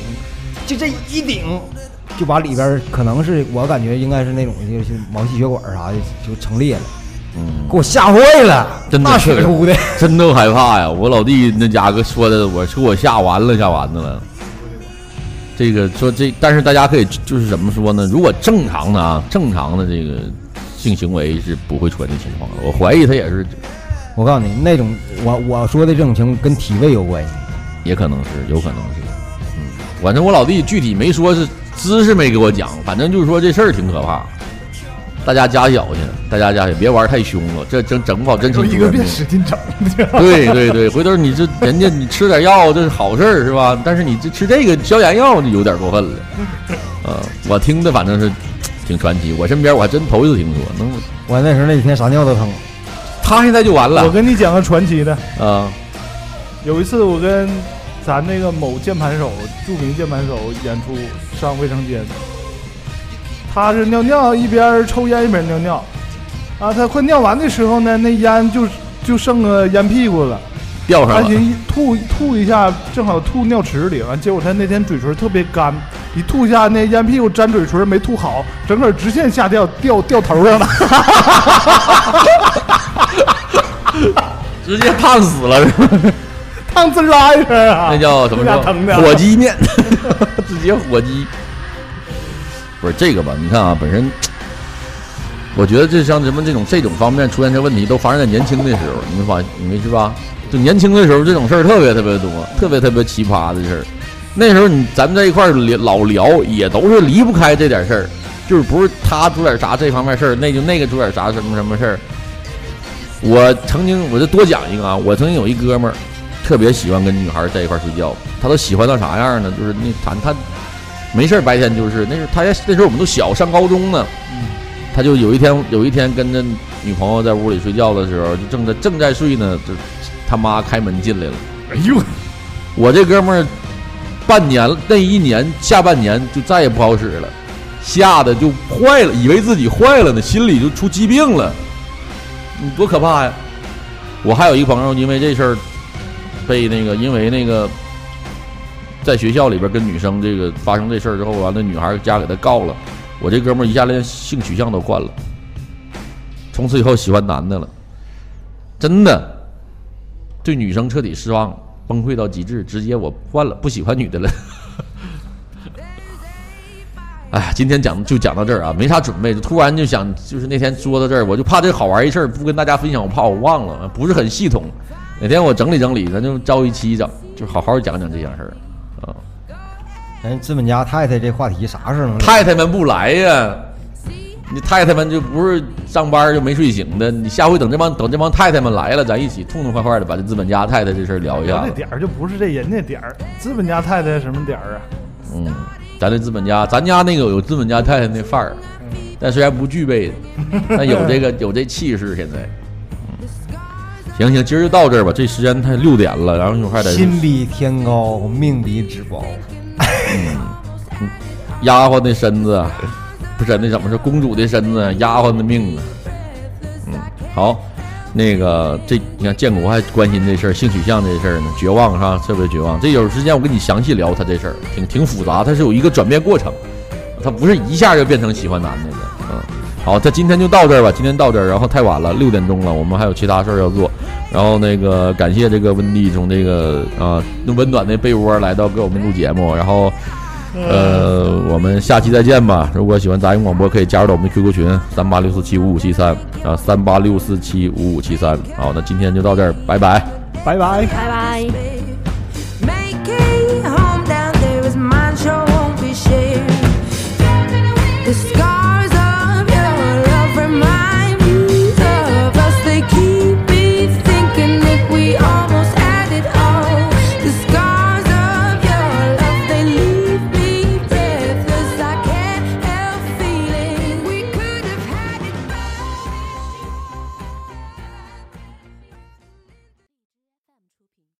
就这一顶，就把里边儿可能是我感觉应该是那种就是毛细血管啥的就成裂了，
嗯，
给我吓坏了，
真的
那血出的。
真都害怕呀！我老弟那家伙说的，我说我吓完了，吓完的了。这个说这，但是大家可以就是怎么说呢？如果正常的啊，正常的这个性行为是不会出现这情况的。我怀疑他也是，
我告诉你，那种我我说的这种情况跟体位有关系，
也可能是，有可能是，嗯，反正我老弟具体没说是姿势没给我讲，反正就是说这事儿挺可怕，大家加小心，大家加小心，别玩太凶了，这整整不好真
就
成
一
精
个
神
别
病。
使劲整，
对对对，回头你这人家你吃点药这是好事儿是吧？但是你这吃这个消炎药就有点过 分了，啊、我听的反正是挺传奇，我身边我还真头一次听说，能
我那时候那几天啥尿都疼。
他现在就完了呃
我
啊、
跟你讲个传奇的，有一次我跟咱那个某键盘手，著名键盘手演出上卫生间，他是尿尿一边抽烟一边尿尿，啊，他快尿完的时候呢，那烟就就剩个烟屁股了，
吊
他
上了
寻思吐吐一下，正好吐尿池里，完结果他那天嘴唇特别干，一吐一下那烟屁股粘嘴唇没吐好，整个直线下掉掉掉头上了。
直接烫死了，是吧
烫滋啦一声啊！
那叫什么
那疼的
说？火鸡面， 直接火鸡。不是这个吧？你看啊，本身我觉得这像什么这种这种方面出现这问题，都发生在年轻的时候。你们发你们是吧？就年轻的时候，这种事儿特别特别多，特别特别奇葩的事儿。那时候你咱们在一块儿聊老聊，也都是离不开这点事儿，就是不是他出点啥这方面事儿，那就那个出点啥什么什么事儿。我曾经我就多讲一个啊，我曾经有一哥们儿，特别喜欢跟女孩在一块儿睡觉，他都喜欢到啥样呢？就是那谈他没事儿白天就是那时候他也那时候我们都小上高中呢，他就有一天有一天跟着女朋友在屋里睡觉的时候，就正在正在睡呢，就他妈开门进来了。
哎呦，
我这哥们儿半年了那一年下半年就再也不好使了，吓得就坏了，以为自己坏了呢，心里就出疾病了，你多可怕呀！我还有一朋友因为这事儿被那个因为那个在学校里边跟女生这个发生这事儿之后，完了女孩家给他告了，我这哥们儿一下连性取向都换了，从此以后喜欢男的了，真的。对女生彻底失望，崩溃到极致，直接我换了，不喜欢女的了。 哎，今天讲就讲到这儿啊，没啥准备，就突然就想，就是那天说到这儿，我就怕这好玩一事儿不跟大家分享，我怕我忘了，不是很系统。哪天我整理整理，咱就招一期整，就好好讲讲这件事儿啊。
咱资本家太太这话题啥时候能聊？
太太们不来呀，你太太们就不是上班就没睡醒的，你下回等这帮等这帮太太们来了，咱一起痛痛快快的把这资本家太太这事儿聊一下
那
子。
点儿就不是这人家点儿，资本家太太什么点儿啊？
嗯，咱这资本家，咱家那个有资本家太太那范儿，但虽然不具备，但有这个有这气势。现在，嗯，行行，今儿就到这儿吧，这时间太六点了，然后一会儿还得
心比天高，命比纸薄。
丫鬟的身子，啊不是那怎么是公主的身子，丫鬟的命啊。嗯，好，那个这你看建国还关心这事儿，性取向这事儿呢，绝望哈，特别绝望。这有时间我跟你详细聊他这事儿，挺挺复杂，它是有一个转变过程，他不是一下就变成喜欢男的了。嗯，好，他今天就到这儿吧，今天到这儿，然后太晚了，六点钟了，我们还有其他事儿要做。然后那个感谢这个温蒂从这个啊、用温暖的被窝来到给我们录节目，然后。呃，我们下期再见吧。如果喜欢杂音广播，可以加入到我们的 QQ 群三八六四七五五七三啊，三八六四七五五七三。好，那今天就到这儿，拜拜。
拜拜。
拜拜。